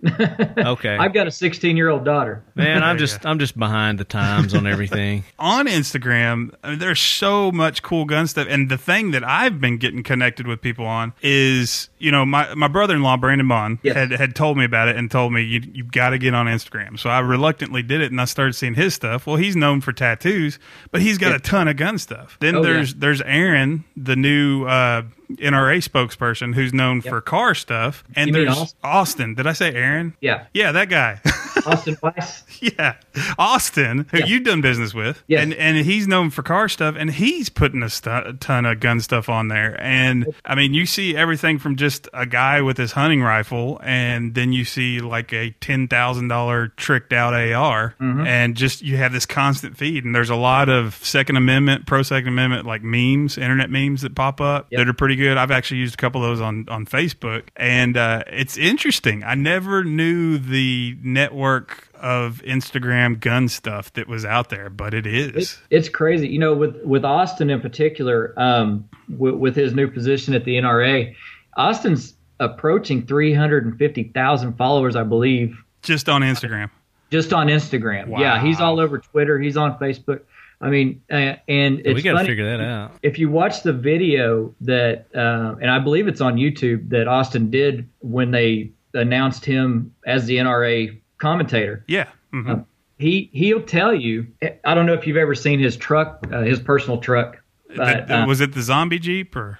Speaker 4: Okay,
Speaker 2: I've got a 16 year old daughter.
Speaker 4: man, I'm just I'm just behind the times on everything.
Speaker 1: on Instagram, I mean, there's so much cool gun stuff. And the thing that I've been getting connected with people on is, you know, my, my brother in law, Brandon Bond,
Speaker 2: Yes.
Speaker 1: had, had told me about it and told me, you, you've got to get on Instagram. So I reluctantly did it and I started seeing his stuff. Well, he's known for tattoos, but he's got a ton of gun stuff. Then
Speaker 2: Oh, yeah.
Speaker 1: there's there's Aaron, the new uh, NRA spokesperson who's known for car stuff. And
Speaker 2: You mean
Speaker 1: there's
Speaker 2: Austin?
Speaker 1: Austin. Did I say Aaron?
Speaker 2: Yeah.
Speaker 1: Yeah, that guy.
Speaker 2: Austin Weiss.
Speaker 1: Yeah, Austin, who you've done business with,
Speaker 2: Yes.
Speaker 1: and and he's known for car stuff, and he's putting a, stu a ton of gun stuff on there. And I mean, you see everything from just a guy with his hunting rifle, and then you see like a ten thousand dollar tricked out AR, and just you have this constant feed. And there's a lot of Second Amendment, pro Second Amendment, like memes, internet memes that pop up
Speaker 2: Yep.
Speaker 1: that are pretty good. I've actually used a couple of those on on Facebook, and uh, it's interesting. I never knew the network of Instagram gun stuff that was out there, but it is.
Speaker 2: It's crazy. You know, with with Austin in particular, um, with, with his new position at the NRA, Austin's approaching 350,000 followers, I believe,
Speaker 1: Just on Instagram.
Speaker 2: just on Instagram. Yeah, he's all over Twitter. He's on Facebook. I mean, uh, and it's
Speaker 4: we got to
Speaker 2: funny-
Speaker 4: figure that out.
Speaker 2: if you watch the video that, uh, and I believe it's on YouTube that Austin did when they announced him as the NRA commentator.
Speaker 1: Yeah. hmm
Speaker 2: Oh, He he'll tell you. I don't know if you've ever seen his truck, uh, his personal truck. But, uh,
Speaker 1: was it the zombie jeep or?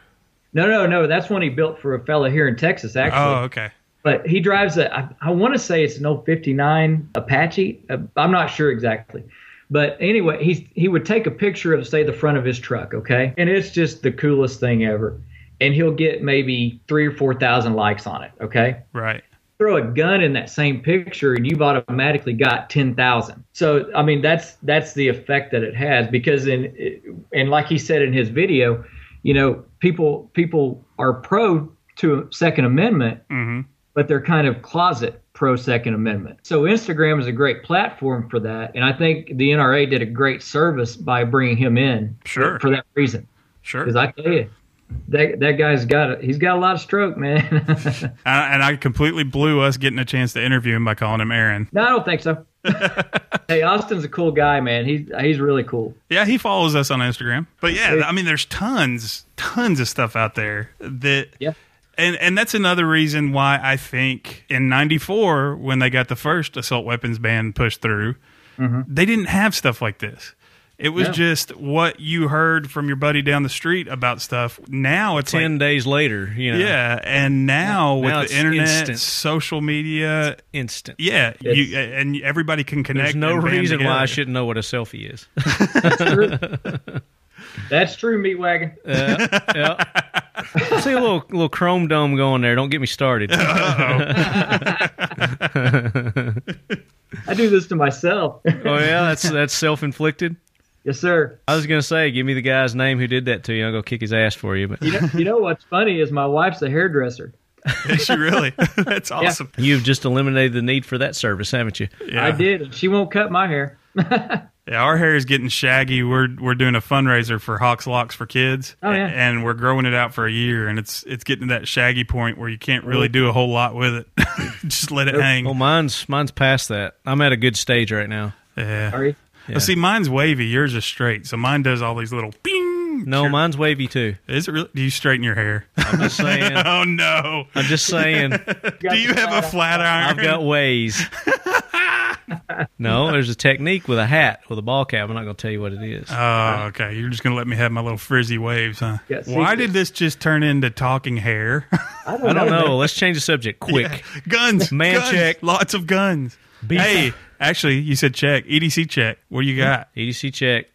Speaker 2: no, no, no. That's one he built for a fella here in Texas, actually.
Speaker 1: Oh, okay.
Speaker 2: But he drives a. I, I want to say it's an old '59 Apache. Uh, I'm not sure exactly. But anyway, he he would take a picture of say the front of his truck, okay, and it's just the coolest thing ever. And he'll get maybe three or four thousand likes on it, okay.
Speaker 1: Right.
Speaker 2: Throw a gun in that same picture, and you've automatically got ten thousand. So I mean, that's that's the effect that it has because in and like he said in his video, you know, people people are pro to Second Amendment, but they're kind of closet pro Second Amendment. So Instagram is a great platform for that, and I think the NRA did a great service by bringing him in
Speaker 1: Sure.
Speaker 2: for that reason.
Speaker 1: Sure.
Speaker 2: Because I tell you, that that guy's got a, he's got a lot of stroke, man.
Speaker 1: And- and I completely blew us getting a chance to interview him by calling him Aaron.
Speaker 2: no, I don't think so. hey, Austin's a cool guy, man. He's he's really cool.
Speaker 1: Yeah, he follows us on Instagram. But yeah, I mean, there's tons, tons of stuff out there that.
Speaker 2: Yeah.
Speaker 1: And, and that's another reason why I think in 94, when they got the first assault weapons ban pushed through,
Speaker 2: Mm-hmm.
Speaker 1: they didn't have stuff like this. It was
Speaker 2: No.
Speaker 1: just what you heard from your buddy down the street about stuff. Now it's
Speaker 4: Ten
Speaker 1: like,
Speaker 4: days later, you know,
Speaker 1: yeah. And now with
Speaker 4: Now
Speaker 1: the
Speaker 4: it's
Speaker 1: internet,
Speaker 4: instant.
Speaker 1: social media,
Speaker 4: instant.
Speaker 1: yeah, you, and everybody can connect.
Speaker 4: There's no
Speaker 1: and band
Speaker 4: reason why I
Speaker 1: together.
Speaker 4: shouldn't know what a selfie is.
Speaker 2: That's true, meat wagon.
Speaker 4: I see a little little chrome dome going there. Don't get me started. Oh,
Speaker 2: I do this to myself.
Speaker 4: oh yeah, that's that's self inflicted.
Speaker 2: yes, sir.
Speaker 4: I was gonna say, give me the guy's name who did that to you. I'll go kick his ass for you. But
Speaker 2: You know, you know what's funny is my wife's a hairdresser.
Speaker 1: Is she really? that's awesome.
Speaker 4: you've just eliminated the need for that service, haven't you?
Speaker 1: Yeah.
Speaker 2: I did, and she won't cut my hair.
Speaker 1: Yeah, our hair is getting shaggy. We're we're doing a fundraiser for Hawks Locks for Kids,
Speaker 2: Oh, yeah.
Speaker 1: a- and we're growing it out for a year, and it's it's getting to that shaggy point where you can't really do a whole lot with it. Just let it
Speaker 4: Well,
Speaker 1: hang.
Speaker 4: Oh, mine's mine's past that. I'm at a good stage right now.
Speaker 1: Yeah.
Speaker 2: Sorry.
Speaker 1: Well, See, mine's wavy. Yours is straight. So mine does all these little ping.
Speaker 4: No,
Speaker 1: Sure.
Speaker 4: mine's wavy too.
Speaker 1: Is it really? Do you straighten your hair?
Speaker 4: I'm just saying.
Speaker 1: oh no.
Speaker 4: I'm just saying.
Speaker 1: Do you have a flat iron?
Speaker 4: I've got ways. No, there's a technique with a hat with a ball cap. I'm not going to tell you what it is.
Speaker 1: Oh, okay. You're just gonna let me have my little frizzy waves, huh?
Speaker 2: Yeah, see,
Speaker 1: Why did this just turn into talking hair?
Speaker 2: I don't,
Speaker 4: I don't
Speaker 2: man.
Speaker 4: know. Let's change the subject quick.
Speaker 1: guns,
Speaker 4: Man
Speaker 1: guns,
Speaker 4: check.
Speaker 1: lots of guns. Hey, actually, you said check EDC check. What do you
Speaker 2: Mm-hmm.
Speaker 1: got?
Speaker 4: EDC check.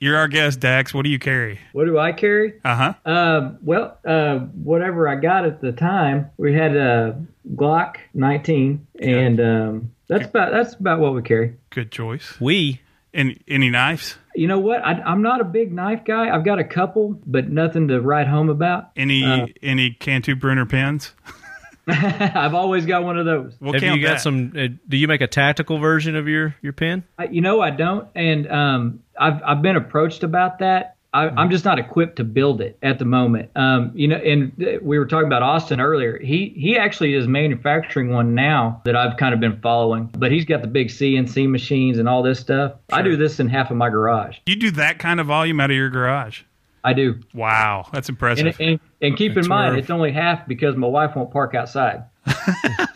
Speaker 1: You're our guest, Dax. What do you carry?
Speaker 2: What do I carry?
Speaker 1: Uh huh.
Speaker 2: Uh, well, uh, whatever I got at the time, we had a Glock 19, and um, that's about that's about what we carry.
Speaker 1: Good choice.
Speaker 4: We
Speaker 1: Any any knives?
Speaker 2: You know what? I, I'm not a big knife guy. I've got a couple, but nothing to write home about.
Speaker 1: Any
Speaker 2: uh,
Speaker 1: any Cantu Brunner pins?
Speaker 2: I've always got one of those.
Speaker 1: We'll
Speaker 4: have
Speaker 1: count
Speaker 4: you got
Speaker 1: that.
Speaker 4: some? Uh, do you make a tactical version of your your pen?
Speaker 2: I, you know, I don't, and um, I've I've been approached about that. I,
Speaker 1: Mm-hmm.
Speaker 2: I'm just not equipped to build it at the moment. Um, you know, and th- we were talking about Austin earlier. He he actually is manufacturing one now that I've kind of been following. But he's got the big CNC machines and all this stuff. I do this in half of my garage.
Speaker 1: You do that kind of volume out of your garage?
Speaker 2: I do.
Speaker 1: Wow, that's impressive.
Speaker 2: And, and, and keep in
Speaker 1: That's
Speaker 2: mind,
Speaker 1: where-
Speaker 2: it's only half because my wife won't park outside.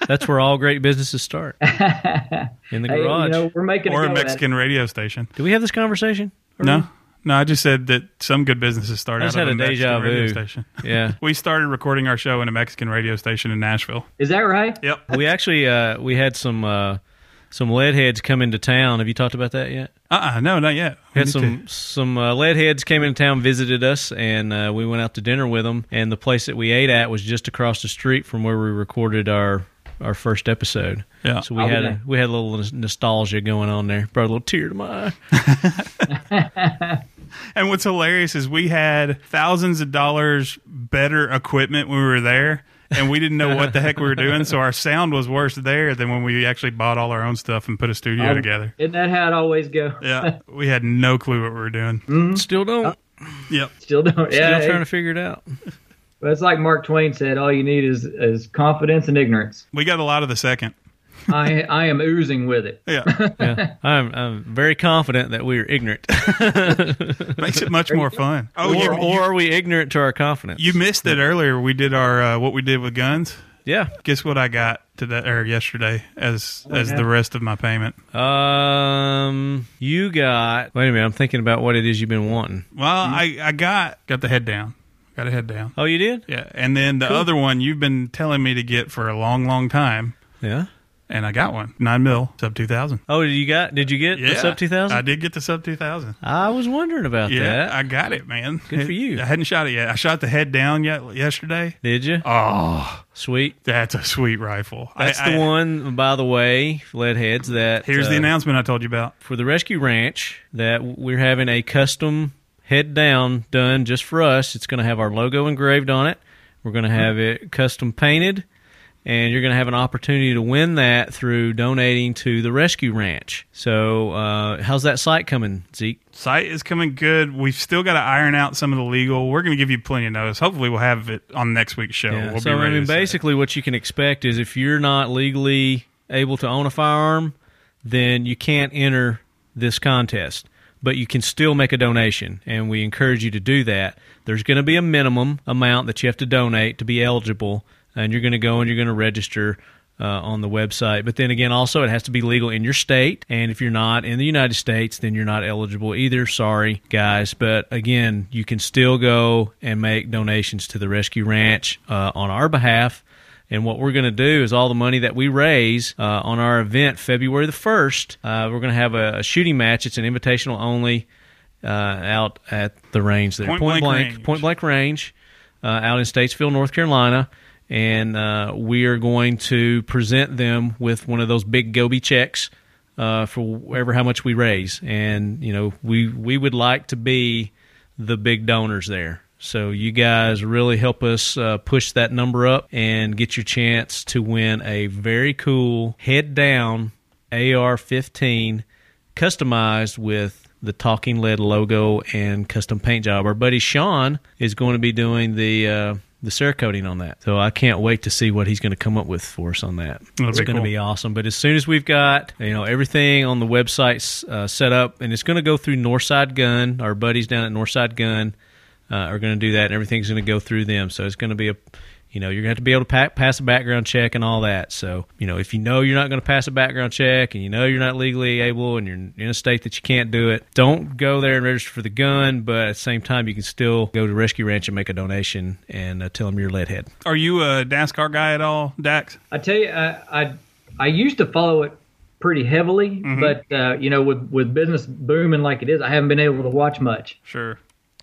Speaker 4: That's where all great businesses start. In the
Speaker 2: Hey,
Speaker 4: garage.
Speaker 2: you know, we're making
Speaker 1: or
Speaker 2: a
Speaker 1: a
Speaker 2: go at it.
Speaker 1: Mexican radio station?
Speaker 2: Mm-hmm.
Speaker 4: do we have this conversation?
Speaker 1: No, no. I just said that some good businesses start
Speaker 4: I
Speaker 1: out
Speaker 4: just
Speaker 1: of
Speaker 4: had
Speaker 1: a,
Speaker 4: a
Speaker 1: Mexican
Speaker 4: deja
Speaker 1: radio
Speaker 4: vu.
Speaker 1: station.
Speaker 4: Yeah.
Speaker 1: We started recording our show in a Mexican radio station in Nashville.
Speaker 2: Is that right?
Speaker 1: Yep.
Speaker 4: we actually uh, we had some uh, some lead heads come into town. Have you talked about that yet?
Speaker 1: Uh uh no, not yet. We
Speaker 4: Had
Speaker 1: need
Speaker 4: some some uh, lead heads came into town, visited us, and uh, we went out to dinner with them. And the place that we ate at was just across the street from where we recorded our our first episode.
Speaker 1: Yeah.
Speaker 4: So we
Speaker 2: I'll be
Speaker 4: had
Speaker 2: there.
Speaker 4: a, we had a little nos- nostalgia going on there. Brought a little tear to my eye.
Speaker 1: to- And what's hilarious is we had thousands of dollars better equipment when we were there. And we didn't know what the heck we were doing, so our sound was worse there than when we actually bought all our own stuff and put a studio together.
Speaker 2: Isn't that how it always goes?
Speaker 1: Yeah, Mm. we had no clue what we were doing.
Speaker 4: Still don't.
Speaker 1: Yep.
Speaker 2: Still don't. Uh, Yeah.
Speaker 4: Still
Speaker 2: it-
Speaker 4: trying to figure it out.
Speaker 2: But it's like Mark Twain said, all you need is is confidence and ignorance.
Speaker 1: We got a lot of the second.
Speaker 2: I I am oozing with it.
Speaker 1: Yeah.
Speaker 4: Yeah. I'm I'm very confident that we are ignorant,
Speaker 1: Makes it much more fun. Oh,
Speaker 4: or,
Speaker 1: you,
Speaker 4: or are we ignorant to our confidence?
Speaker 1: you missed it earlier. We did our uh, what we did with guns.
Speaker 4: yeah.
Speaker 1: Guess what I got today or yesterday as as the rest of my payment.
Speaker 4: Um, you got. Wait a minute, I'm thinking about what it is you've been wanting.
Speaker 1: Well, I I got got the head down. Got a head down.
Speaker 4: Oh, you did?
Speaker 1: Yeah, and then the other one you've been telling me to get for a long, long time,
Speaker 4: Yeah.
Speaker 1: and I got one nine mil sub two thousand.
Speaker 4: Oh, you got? Did you get
Speaker 1: Yeah,
Speaker 4: the sub two
Speaker 1: I
Speaker 4: thousand?
Speaker 1: did get the sub two thousand.
Speaker 4: I was wondering about
Speaker 1: Yeah,
Speaker 4: that.
Speaker 1: I got it, man.
Speaker 4: Good
Speaker 1: It-
Speaker 4: for you.
Speaker 1: I hadn't shot it yet. I shot the head down yet yesterday.
Speaker 4: did you? Oh, sweet.
Speaker 1: That's a sweet rifle.
Speaker 4: That's
Speaker 1: I-
Speaker 4: the
Speaker 1: I-
Speaker 4: one, by the way, leadheads. That
Speaker 1: Here's the
Speaker 4: uh,
Speaker 1: announcement I told you about.
Speaker 4: for the rescue ranch that we're having a custom head down done just for us. It's going to have our logo engraved on it. We're going to have it custom painted, and you're going to have an opportunity to win that through donating to the rescue ranch. So, uh, how's that site coming, Zeke?
Speaker 1: Site is coming good. We've still got to iron out some of the legal. We're going to give you plenty of notice. Hopefully, we'll have it on next week's show. We'll
Speaker 4: so,
Speaker 1: be ready
Speaker 4: I mean,
Speaker 1: to say.
Speaker 4: basically, what you can expect is if you're not legally able to own a firearm, then you can't enter this contest. But you can still make a donation, and we encourage you to do that. There's going to be a minimum amount that you have to donate to be eligible, and you're going to go and you're going to register uh, on the website. But then again, also, it has to be legal in your state. And if you're not in the United States, then you're not eligible either. Sorry, guys. But again, you can still go and make donations to the Rescue Ranch uh, on our behalf. And what we're going to do is all the money that we raise uh, on our event, February the 1st, uh, we're going to have a, a shooting match. It's an invitational only uh, out at the range there.
Speaker 1: Point blank range.
Speaker 4: Point blank range uh, out in Statesville, North Carolina. And uh, we are going to present them with one of those big Gobi checks uh, for whatever how much we raise. And, you know, we, we would like to be the big donors there. So you guys really help us uh, push that number up and get your chance to win a very cool head down AR-15 customized with the Talking Lead logo and custom paint job. Our buddy Sean is going to be doing the uh, the cerakoting on that. So I can't wait to see what he's going to come up with for us on that.
Speaker 1: That'll
Speaker 4: it's
Speaker 1: be
Speaker 4: going
Speaker 1: cool.
Speaker 4: to be awesome. But as soon as we've got you know everything on the website uh, set up, and it's going to go through Northside Gun. Our buddies down at Northside Gun uh, are going to do that, and everything's going to go through them. So it's going to be a You know, you're going to have to be able to pa- pass a background check and all that. So, you know, if you know you're not going to pass a background check and you know you're not legally able and you're in a state that you can't do it, don't go there and register for the gun. But at the same time, you can still go to Rescue Ranch and make a donation and uh, tell them you're leadhead.
Speaker 1: Are you a NASCAR guy at all, Dax?
Speaker 2: I tell you, I I, I used to follow it pretty heavily,
Speaker 4: Mm-hmm.
Speaker 2: but uh, you know, with with business booming like it is, I haven't been able to watch much.
Speaker 1: Sure.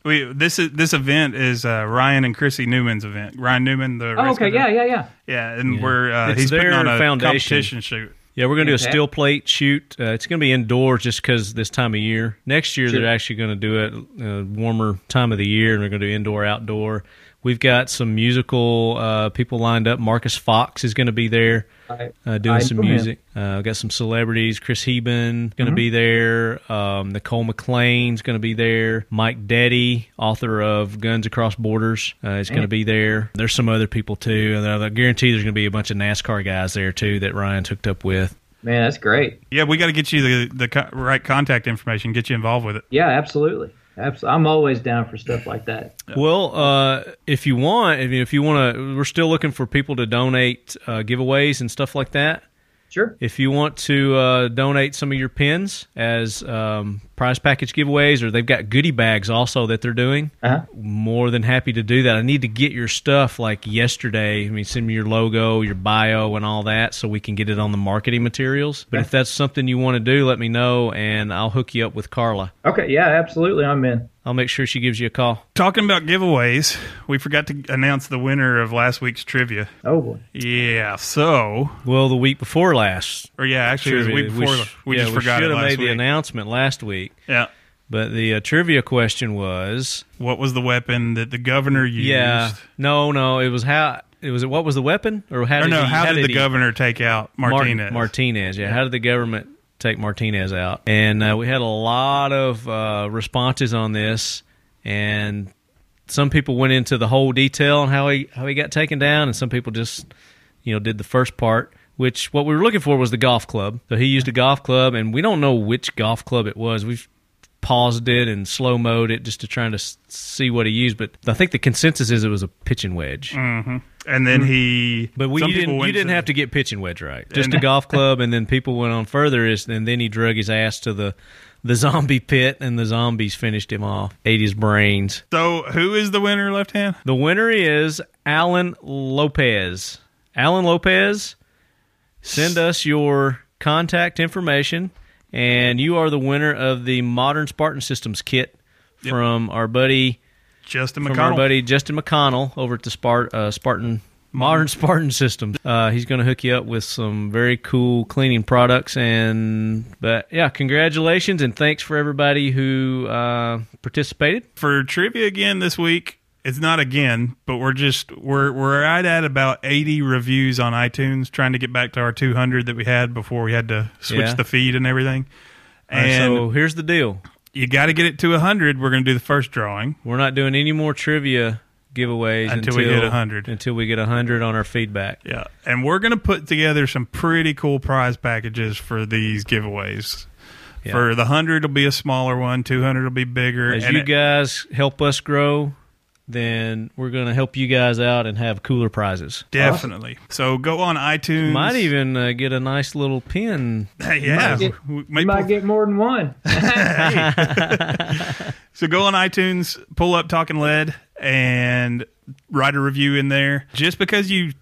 Speaker 1: We, this is this event is uh, Ryan and Chrissy Newman's event. Ryan Newman, the
Speaker 2: Oh, okay, yeah, yeah, yeah.
Speaker 1: yeah, and we're uh,
Speaker 4: It's
Speaker 1: he's putting
Speaker 4: their
Speaker 1: on a
Speaker 4: foundation.
Speaker 1: competition shoot.
Speaker 4: Yeah, we're going to do a
Speaker 2: Okay.
Speaker 4: steel plate shoot. Uh, it's going to be indoors just because this time of year. Next year, they're actually going to do it uh, warmer time of the year, and they're going to do indoor, outdoor. We've got some musical uh, people lined up. Marcus Fox is going to be there
Speaker 2: I-
Speaker 4: uh, doing
Speaker 2: I
Speaker 4: some
Speaker 2: know Mm-hmm. him.
Speaker 4: music. Uh, got some celebrities. Chris Heben going to be there. Um, Nicole McLean's going to be there. Mike Deddy, author of Guns Across Borders, uh, is going
Speaker 2: Mm.
Speaker 4: to be there. There's some other people too, and I guarantee there's going to be a bunch of NASCAR guys there too that Ryan's hooked up with.
Speaker 2: Man, that's great.
Speaker 1: Yeah, we got to get you the the co- right contact information, get you involved with it.
Speaker 2: Yeah, absolutely. Abs- I'm always down for stuff like that.
Speaker 4: Well, uh, if you want, I mean, if you want to, we're still looking for people to donate uh, giveaways and stuff like that.
Speaker 2: Sure.
Speaker 4: If you want to uh, donate some of your pins as um, prize package giveaways, or they've got goodie bags also that they're doing,
Speaker 2: Uh-huh.
Speaker 4: more than happy to do that. I need to get your stuff like yesterday. I mean, send me your logo, your bio, and all that so we can get it on the marketing materials. But if that's something you want to do, let me know and I'll hook you up with Carla.
Speaker 2: Okay. Yeah, absolutely. I'm in.
Speaker 4: I'll make sure she gives you a call.
Speaker 1: Talking about giveaways, we forgot to announce the winner of last week's trivia.
Speaker 2: Oh boy.
Speaker 1: Yeah, so
Speaker 4: Well, the week before last,
Speaker 1: or yeah, actually it was the week
Speaker 4: Trivia.
Speaker 1: before.
Speaker 4: sh-
Speaker 1: we
Speaker 4: yeah,
Speaker 1: just forgot
Speaker 4: should
Speaker 1: it
Speaker 4: have
Speaker 1: last
Speaker 4: made the
Speaker 1: week.
Speaker 4: announcement last week.
Speaker 1: yeah.
Speaker 4: But the uh, trivia question was,
Speaker 1: What was the weapon that the governor used?
Speaker 4: yeah, no, no, it was how it was. What was the weapon, or how
Speaker 1: Or
Speaker 4: did
Speaker 1: no,
Speaker 4: he-
Speaker 1: how, did, the
Speaker 4: he-
Speaker 1: governor take out Martinez?
Speaker 4: Mar- Martinez, yeah. How did the government take Martinez out? And uh, we had a lot of uh, responses on this, and some people went into the whole detail on how he how he got taken down, and some people just you know did the first part. Which what we were looking for was the golf club. So he used a golf club, and we don't know which golf club it was. We've paused it and slow mode it just to trying to s- see what he used. But I think the consensus is it was a pitching wedge.
Speaker 1: and then he.
Speaker 4: Mm-hmm. But we
Speaker 1: some
Speaker 4: you
Speaker 1: people
Speaker 4: didn't,
Speaker 1: went
Speaker 4: you didn't have to get pitching wedge right. Just a golf club, and then people went on further. Is and then he drug his ass to the the zombie pit, and the zombies finished him off. Ate his brains.
Speaker 1: So who is the winner? Left hand.
Speaker 4: The winner is Alan Lopez. Alan Lopez, send us your contact information, and you are the winner of the Modern Spartan Systems kit from our buddy
Speaker 1: Justin
Speaker 4: from our
Speaker 1: McConnell.
Speaker 4: buddy Justin McConnell over at the Spart- uh, Spartan Modern Spartan Systems. Uh, he's going to hook you up with some very cool cleaning products. And but yeah, congratulations and thanks for everybody who uh, participated.
Speaker 1: for trivia again this week. It's not again, but we're just we're we're right at about eighty reviews on iTunes, trying to get back to our two hundred that we had before we had to switch
Speaker 4: Yeah.
Speaker 1: the feed and everything. And
Speaker 4: so here's the deal:
Speaker 1: you got to get it to hundred. We're going to do the first drawing.
Speaker 4: we're not doing any more trivia giveaways
Speaker 1: Until we hit 100.
Speaker 4: Until we get hundred on our feedback.
Speaker 1: Yeah, and we're going to put together some pretty cool prize packages for these giveaways. For the hundred, will be a smaller one. Two hundred will be bigger.
Speaker 4: As
Speaker 1: and
Speaker 4: you
Speaker 1: it-
Speaker 4: guys help us grow. Then we're going to help you guys out and have cooler prizes.
Speaker 1: definitely. So go on iTunes.
Speaker 4: Might even uh, get a nice little pin
Speaker 1: yeah. we- we-
Speaker 2: You might get more than one.
Speaker 1: So go on iTunes, pull up Talking Lead, and write a review in there. Just because you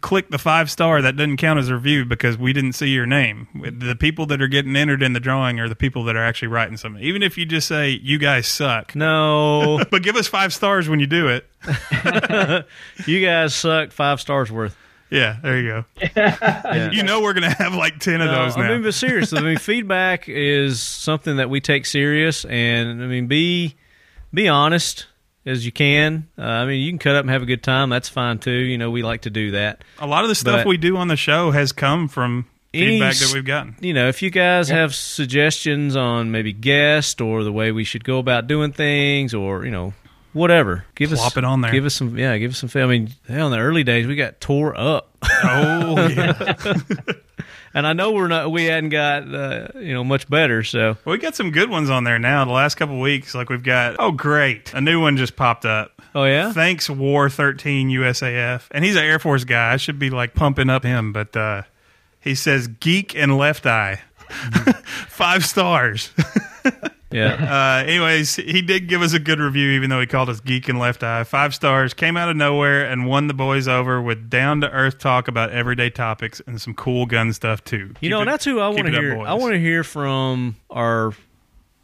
Speaker 1: click the five star, that doesn't count as a review because we didn't see your name. The people that are getting entered in the drawing are the people that are actually writing something. Even if you just say, you guys suck,
Speaker 4: No,
Speaker 1: but give us five stars when you do it.
Speaker 4: you guys suck. Five stars worth.
Speaker 1: Yeah, there you go. You know we're going to have like 10 of those now.
Speaker 4: Uh, I mean, but seriously, I mean, feedback is something that we take serious, and I mean, be be honest as you can. Uh, I mean, you can cut up and have a good time. That's fine too. You know, we like to do that.
Speaker 1: a lot of the stuff
Speaker 4: but-
Speaker 1: we do on the show has come from
Speaker 4: Any
Speaker 1: feedback that
Speaker 4: s-
Speaker 1: we've gotten.
Speaker 4: You know, if you guys have suggestions on maybe guest or the way we should go about doing things, or you know, whatever, give us
Speaker 1: Plop it on there.
Speaker 4: Give us some, yeah, give us some. fe- I mean, hell, in the early days, we got tore up.
Speaker 1: Oh, yeah.
Speaker 4: and I know we're not we hadn't got uh, you know much better. So
Speaker 1: Well, we got some good ones on there now. The last couple of weeks, like we've got oh great, a new one just popped up.
Speaker 4: oh yeah,
Speaker 1: Thanks War 13 USAF, and he's an Air Force guy. I should be like pumping up him, but uh, he says geek and left eye, five stars.
Speaker 4: yeah.
Speaker 1: Uh, anyways, he did give us a good review, even though he called us geek and left eye. Five stars, came out of nowhere and won the boys over with down to earth talk about everyday topics and some cool gun stuff too.
Speaker 4: You know, that's who I want to hear. I want to hear from our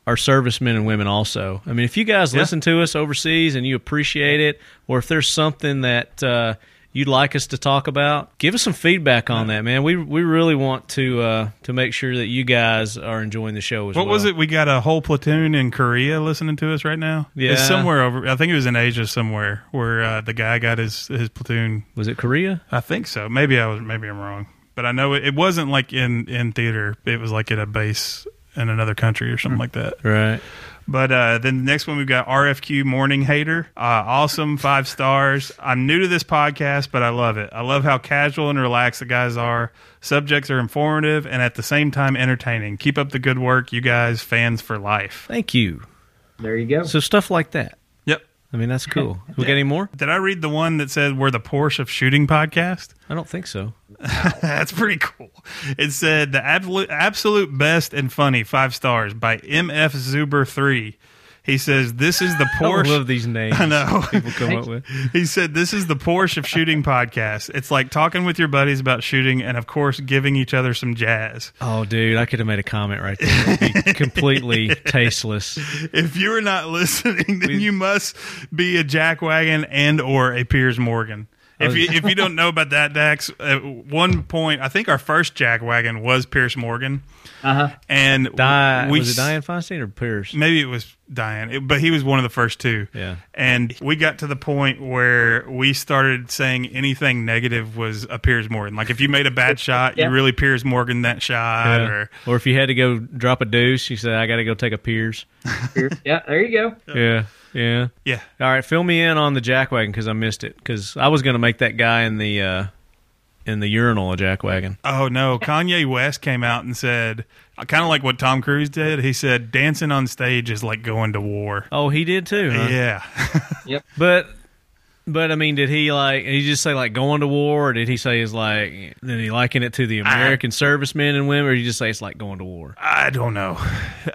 Speaker 4: our servicemen and women also. I mean, if you guys listen to us overseas and you appreciate it, or if there's something that uh, you'd like us to talk about, give us some feedback on that, man. We we really want to uh, to make sure that you guys are enjoying the show as
Speaker 1: What
Speaker 4: well.
Speaker 1: was it? We got a whole platoon in Korea listening to us right now.
Speaker 4: Yeah.
Speaker 1: it's somewhere over. I think it was in Asia somewhere where uh, the guy got his his platoon.
Speaker 4: Was it Korea?
Speaker 1: I think so. Maybe I was. Maybe I'm wrong. But I know it, it wasn't like in in theater. It was like at a base in another country or
Speaker 4: Hmm.
Speaker 1: something like that.
Speaker 4: Right.
Speaker 1: But uh, then the next one we've got RFQ Morning Hater. Uh, awesome, five stars. I'm new to this podcast, but I love it. I love how casual and relaxed the guys are. Subjects are informative and at the same time entertaining. Keep up the good work, you guys. Fans for life.
Speaker 4: Thank you.
Speaker 2: There you go.
Speaker 4: So stuff like that.
Speaker 1: Yep.
Speaker 4: I mean, that's cool. We got any more?
Speaker 1: Did I read the one that said we're the Porsche of shooting podcast?
Speaker 4: I don't think so.
Speaker 1: That's pretty cool. It said the absolute, absolute best and funny five stars by MF Zuber three. He says this is the
Speaker 4: I
Speaker 1: Porsche.
Speaker 4: love these names.
Speaker 1: I know.
Speaker 4: People come up with.
Speaker 1: He said, This is the Porsche of shooting podcast. It's like talking with your buddies about shooting and, of course, giving each other some jazz.
Speaker 4: Oh, dude, I could have made a comment right there. It'd be completely tasteless.
Speaker 1: If you are not listening, then you must be a Jack Wagon and or a Piers Morgan.
Speaker 4: Oh,
Speaker 1: If you, if you don't know about that, Dax, at one point, I think our first Jack Wagon was Pierce Morgan. Uh-huh. And
Speaker 4: Di-
Speaker 1: we
Speaker 4: was it
Speaker 1: s-
Speaker 4: Diane Feinstein or Pierce?
Speaker 1: maybe it was Diane, it- but he was one of the first two.
Speaker 4: Yeah.
Speaker 1: And we got to the point where we started saying anything negative was a Piers Morgan. Like if you made a bad shot,
Speaker 2: Yeah.
Speaker 1: you really Piers Morgan that shot.
Speaker 4: Yeah.
Speaker 1: Or
Speaker 4: Or if you had to go drop a deuce, you said, I got to go take a Pierce.
Speaker 2: yeah, there you go.
Speaker 4: Yeah. Yeah.
Speaker 1: yeah,
Speaker 4: All right, fill me in on the jackwagon because I missed it. Because I was going to make that guy in the uh, in the urinal a jackwagon.
Speaker 1: oh no, Kanye West came out and said, kind of like what Tom Cruise did. He said, "Dancing on stage is like going to war."
Speaker 4: Oh, he did too. Huh?
Speaker 1: Yeah,
Speaker 4: But but I mean, did he like? Did he just say like going to war, or did he say is like? Did he liken it to the American servicemen and women, or did he just say it's like going to war?
Speaker 1: I don't know.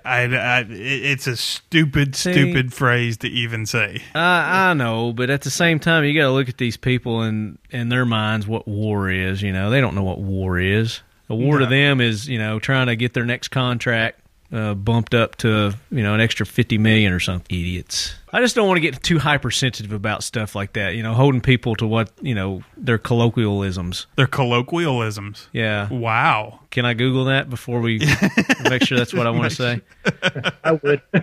Speaker 1: I, I it- it's a stupid,
Speaker 4: See?
Speaker 1: stupid phrase to even say.
Speaker 4: I, I know, but at the same time, you got to look at these people and in their minds what war is. You know, they don't know what war is. A war to them is you know trying to get their next contract uh, bumped up to you know an extra fifty million or something. Idiots. I just don't want to get too hypersensitive about stuff like that. You know, holding people to what you know their colloquialisms.
Speaker 1: They're colloquialisms.
Speaker 4: Yeah.
Speaker 1: Wow.
Speaker 4: Can I Google that before we make sure that's what I want to say?
Speaker 2: I would.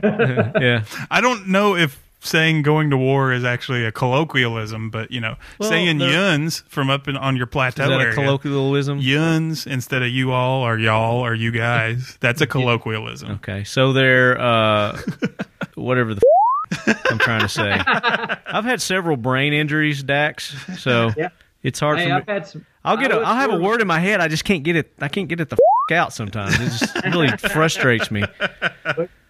Speaker 4: Yeah.
Speaker 1: I don't know if saying going to war is actually a colloquialism, but you know,
Speaker 4: Well,
Speaker 1: saying
Speaker 4: there-
Speaker 1: yuns from up in, on your plateau
Speaker 4: Is that
Speaker 1: area.
Speaker 4: a colloquialism?
Speaker 1: Yuns instead of you all or y'all or you guys. That's a colloquialism.
Speaker 4: Okay, so they're uh, whatever the f- I'm trying to say. I've had several brain injuries, Dax. So
Speaker 2: Yeah.
Speaker 4: it's hard
Speaker 2: Hey,
Speaker 4: for me.
Speaker 2: I've had Oh, some.
Speaker 4: I'll get. A,
Speaker 2: I was
Speaker 4: I'll have a
Speaker 2: sure-
Speaker 4: word in my head. I just can't get it. I can't get it the f- out sometimes. It just really frustrates me.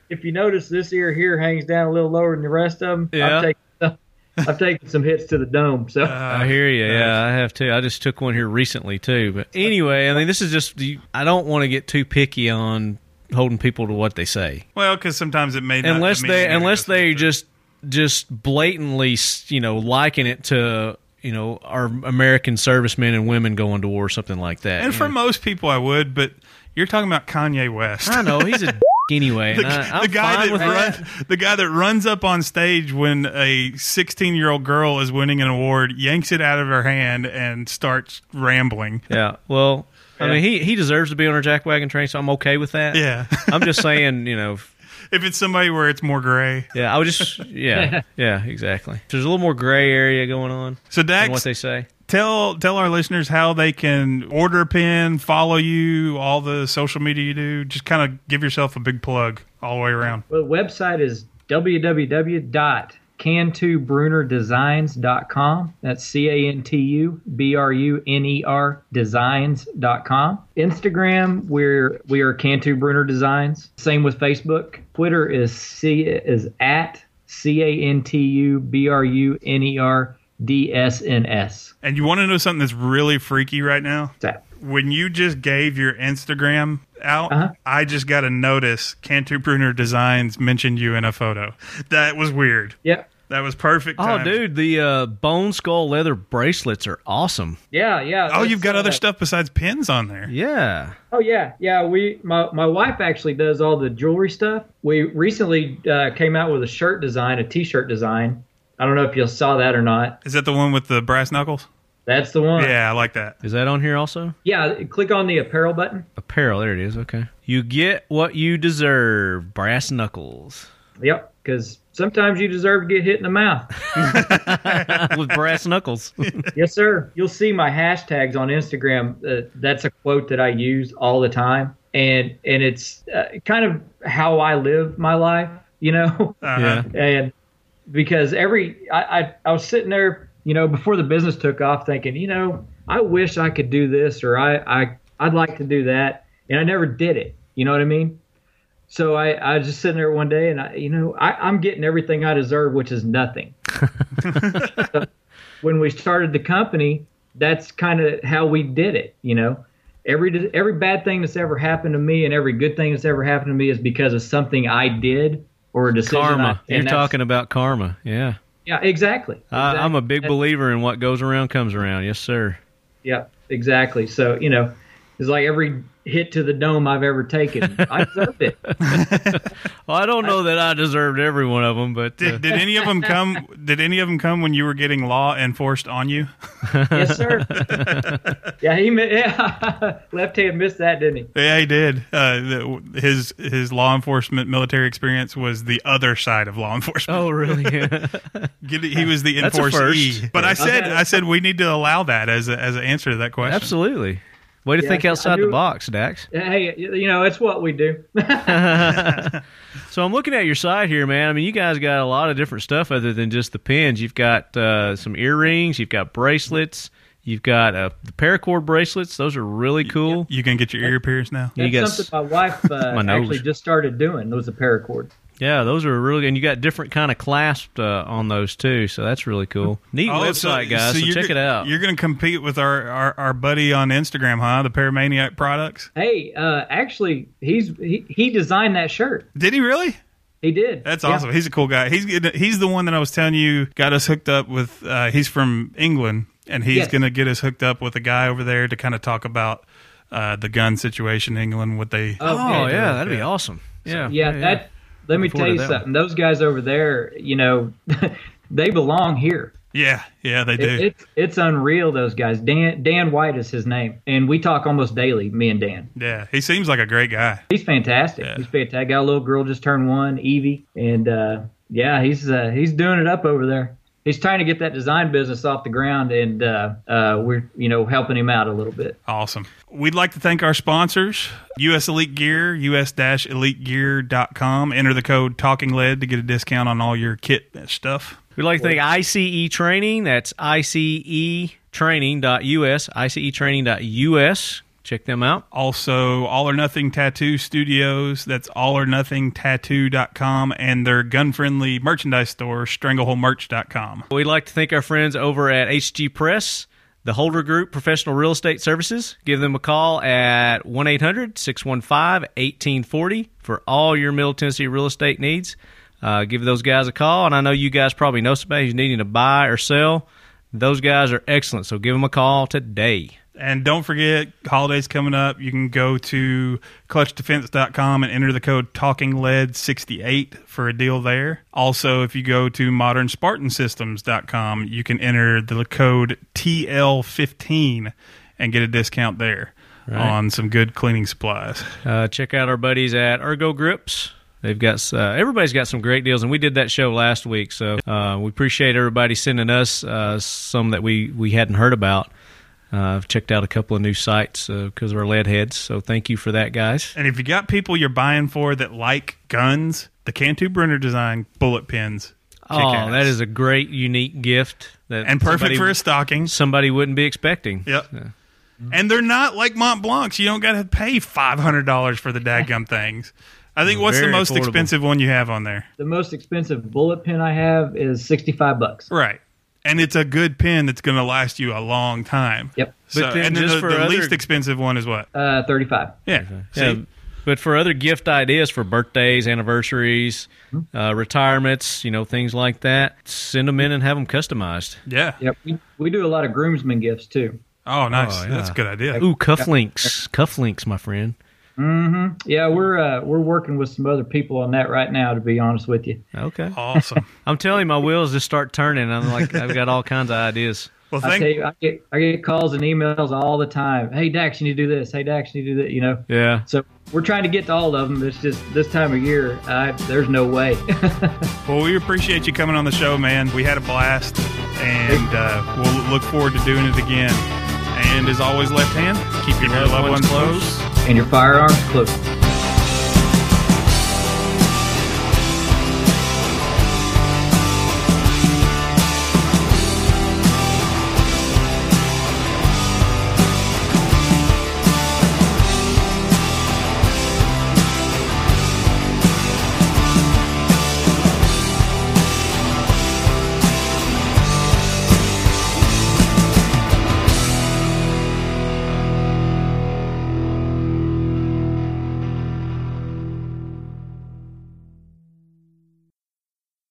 Speaker 2: If you notice, this ear here hangs down a little lower than the rest of them.
Speaker 4: Yeah.
Speaker 2: I've taken, I've taken some hits to the dome. So
Speaker 4: I hear you. Yeah, I have too. I just took one here recently too. But anyway, I mean, this is just. you- I don't want to get too picky on holding people to what they say.
Speaker 1: Well, because sometimes it may not
Speaker 4: unless
Speaker 1: mean
Speaker 4: they
Speaker 1: anything.
Speaker 4: unless they just just blatantly s- you know liken it to you know our American servicemen and women going to war or something like that.
Speaker 1: And
Speaker 4: you
Speaker 1: for
Speaker 4: know.
Speaker 1: most people, I would, but you're talking about Kanye West.
Speaker 4: I know he's a d- anyway.
Speaker 1: The,
Speaker 4: and I, I'm
Speaker 1: the guy
Speaker 4: fine
Speaker 1: that
Speaker 4: with that.
Speaker 1: run, the guy that runs up on stage when a 16 year old girl is winning an award, yanks it out of her hand, and starts rambling.
Speaker 4: Yeah. Well, I mean he he deserves to be on our jackwagon train, so I'm okay with that.
Speaker 1: Yeah.
Speaker 4: I'm just saying, you know, f-
Speaker 1: If it's somebody where it's more gray.
Speaker 4: yeah, I would just, yeah, yeah, exactly. There's a little more gray area going on
Speaker 1: So
Speaker 4: than what
Speaker 1: Dax,
Speaker 4: they say.
Speaker 1: tell tell our listeners how they can order pin, follow you, all the social media you do. Just kind of give yourself a big plug all the way around.
Speaker 2: Well, the website is www.kw cantubrunnerdesigns.com. That's C A N T U B R U N E R designs.com. Instagram, we're we are Cantu Bruner Designs. Same with Facebook. Twitter is C is at C A N T U B R U N E R D S N S.
Speaker 1: And you want to know something that's really freaky right now? When you just gave your Instagram out,
Speaker 2: Uh-huh.
Speaker 1: I just got a notice. Cantu Bruner Designs mentioned you in a photo. That was weird.
Speaker 2: Yep.
Speaker 1: That was perfect.
Speaker 4: Oh,
Speaker 1: timing.
Speaker 4: dude, the uh, bone skull leather bracelets are awesome.
Speaker 2: Yeah, yeah.
Speaker 1: Oh, you've
Speaker 2: that's,
Speaker 1: got
Speaker 2: uh,
Speaker 1: other stuff besides pins on there.
Speaker 4: Yeah.
Speaker 2: Oh yeah, yeah. We my my wife actually does all the jewelry stuff. We recently uh, came out with a shirt design, a T-shirt design. I don't know if you saw that or not.
Speaker 1: Is that the one with the brass knuckles?
Speaker 2: That's the one.
Speaker 1: Yeah, I like that.
Speaker 4: Is that on here also?
Speaker 2: Yeah, Click on the apparel button.
Speaker 4: Apparel. There it is. Okay. You get what you deserve. Brass knuckles
Speaker 2: Yep. Because sometimes you deserve to get hit in the mouth.
Speaker 4: with brass knuckles.
Speaker 2: yes, sir. You'll see my hashtags on Instagram. Uh, that's a quote that I use all the time, and and it's uh, kind of how I live my life. You know.
Speaker 1: Uh-huh.
Speaker 4: yeah.
Speaker 2: and because every I, I I was sitting there, you know, before the business took off, thinking, you know, I wish I could do this or I I I'd like to do that, and I never did it. You know what I mean? So I I was just sitting there one day, and I you know I I'm getting everything I deserve, which is nothing. So when we started the company, that's kind of how we did it. You know. Every, every bad thing that's ever happened to me and every good thing that's ever happened to me is because of something I did or a decision. I-
Speaker 4: Karma.
Speaker 2: and
Speaker 4: You're
Speaker 2: that's-
Speaker 4: talking about karma. Yeah.
Speaker 2: yeah, exactly.
Speaker 4: I, I'm a big
Speaker 2: Exactly.
Speaker 4: believer in what goes around comes around. Yes, sir.
Speaker 2: Yeah, exactly. So you know, it's like every hit to the dome I've ever taken, I deserve it.
Speaker 4: Well, I don't know that I deserved every one of them, but uh,
Speaker 1: Did, did any of them come? Did any of them come when you were getting law enforced on you?
Speaker 2: Yes, sir. yeah, he mi- yeah. left hand missed that, didn't he?
Speaker 1: Yeah, he did. Uh, the, his his law enforcement military experience was the other side of law enforcement.
Speaker 4: oh, really? Yeah.
Speaker 1: Get it? He was the
Speaker 4: That's a
Speaker 1: enforcee.
Speaker 4: first.
Speaker 1: But I said
Speaker 2: Okay.
Speaker 1: I said we need to allow that as a, as an answer to that question.
Speaker 4: Absolutely. Way to
Speaker 2: Yeah,
Speaker 4: think
Speaker 2: I
Speaker 4: outside the
Speaker 2: do-
Speaker 4: box, Dax.
Speaker 2: Hey, you you know, it's what we do.
Speaker 4: So I'm looking at your site here, man. I mean, you guys got a lot of different stuff other than just the pins. You've got uh, some earrings, you've got bracelets, you've got uh, the paracord bracelets. Those are really cool.
Speaker 1: You can get your ear pierced now.
Speaker 4: You
Speaker 2: That's
Speaker 4: got s-
Speaker 2: something my wife uh,
Speaker 4: My nose.
Speaker 2: actually just started doing. was a paracord.
Speaker 4: Yeah, those are really good. And you got different kind of clasps uh, on those too, so that's really cool. Neat
Speaker 1: Oh,
Speaker 4: website, guys. So,
Speaker 1: you're
Speaker 4: check it
Speaker 1: gonna-
Speaker 4: out.
Speaker 1: You're going to compete with our, our, our buddy on Instagram, huh? The Paramaniac Products.
Speaker 2: Hey, uh, actually, he's he, he designed that shirt.
Speaker 1: Did he really?
Speaker 2: He did.
Speaker 1: That's
Speaker 2: Yeah.
Speaker 1: awesome. He's a cool guy. He's gonna- he's the one that I was telling you got us hooked up with. Uh, he's from England, and he's
Speaker 2: Yes.
Speaker 1: going to get us hooked up with a guy over there to kind of talk about uh, the gun situation in England. What they
Speaker 2: Oh,
Speaker 4: Oh
Speaker 2: yeah.
Speaker 4: yeah, that'd be awesome. Yeah,
Speaker 2: yeah, that let me
Speaker 4: Looking
Speaker 2: tell
Speaker 4: forward
Speaker 2: you
Speaker 4: to that one.
Speaker 2: something those guys over there you know they belong here
Speaker 1: yeah yeah they do.
Speaker 2: it, it's it's unreal those guys dan dan white is his name and we talk almost daily me and dan
Speaker 1: yeah, he seems like a great guy.
Speaker 2: he's fantastic he's fantastic got a little girl just turned one evie and uh yeah he's uh he's doing it up over there he's trying to get that design business off the ground and uh uh we're you know helping him out a little bit
Speaker 1: Awesome. We'd like to thank our sponsors, US Elite Gear, us-elitegear.com. Enter the code Talking Lead to get a discount on all your kit and stuff.
Speaker 4: We'd like to thank ICE Training. That's E ICETraining.us, ICETraining.us. Check them out.
Speaker 1: Also, All or Nothing Tattoo Studios. That's allornothingtattoo.com and their gun-friendly merchandise store, strangleholemerch.com.
Speaker 4: We'd like to thank our friends over at HG Press, the Holder Group Professional Real Estate Services. Give them a call at 1 800 615 1840 for all your Middle Tennessee real estate needs. Uh, give those guys a call. And I know you guys probably know somebody who's needing to buy or sell. Those guys are excellent. So give them a call today.
Speaker 1: And don't forget, holidays coming up. You can go to clutchdefense.com and enter the code TalkingLead68 for a deal there. Also, if you go to modernspartansystems.com, you can enter the code TL15 and get a discount there on some good cleaning supplies.
Speaker 4: Uh, check out our buddies at Ergo Grips. They've got uh, everybody's got some great deals, and we did that show last week, so uh, we appreciate everybody sending us uh, some that we we hadn't heard about. Uh, I've checked out a couple of new sites because of our lead heads, so thank you for that, guys.
Speaker 1: And if you got people you're buying for that like guns, the Cantu Brunner design bullet pins
Speaker 4: Oh,
Speaker 1: Kick-ass.
Speaker 4: that is a great, unique gift. That
Speaker 1: and perfect
Speaker 4: somebody-
Speaker 1: for a stocking.
Speaker 4: somebody wouldn't be expecting.
Speaker 1: Yep. Mm-hmm. And they're not like Mont Blancs. You don't got to pay five hundred dollars for the dadgum things. I think what's the
Speaker 4: Very
Speaker 1: most
Speaker 4: affordable.
Speaker 1: expensive one you have on there?
Speaker 2: The most expensive bullet pen I have is sixty five bucks.
Speaker 1: Right. And it's a good pen that's going to last you a long time.
Speaker 2: Yep.
Speaker 1: So,
Speaker 4: But then
Speaker 1: and then
Speaker 4: just
Speaker 1: the,
Speaker 4: for
Speaker 1: the
Speaker 4: other-
Speaker 1: least expensive one is what?
Speaker 2: Uh, thirty five.
Speaker 1: Yeah.
Speaker 4: Yeah,
Speaker 1: See?
Speaker 4: but for other gift ideas for birthdays, anniversaries,
Speaker 1: Mm-hmm.
Speaker 4: uh, retirements, you know, things like that, send them in and have them customized.
Speaker 1: Yeah.
Speaker 2: Yep. We, we do a lot of groomsmen gifts too.
Speaker 1: Oh, nice.
Speaker 4: Oh, yeah.
Speaker 1: That's a good idea.
Speaker 4: Ooh, cufflinks, cufflinks, my friend.
Speaker 2: Yeah, we're uh, we're working with some other people on that right now. To be honest with you,
Speaker 4: Okay,
Speaker 1: Awesome.
Speaker 4: I'm telling you, my wheels just start turning. I'm like, I've got all kinds of ideas.
Speaker 1: Well,
Speaker 2: I tell
Speaker 1: thank
Speaker 2: you, I get I get calls and emails all the time. Hey Dax, you need to do this. Hey Dax, you need to do that. You know.
Speaker 4: Yeah,
Speaker 2: So we're trying to get to all of them. It's just this time of year, I, there's no way.
Speaker 1: Well, we appreciate you coming on the show, man. We had a blast, and uh, we'll look forward to doing it again. And as always, left hand, keep your loved ones close.
Speaker 2: and your firearms close.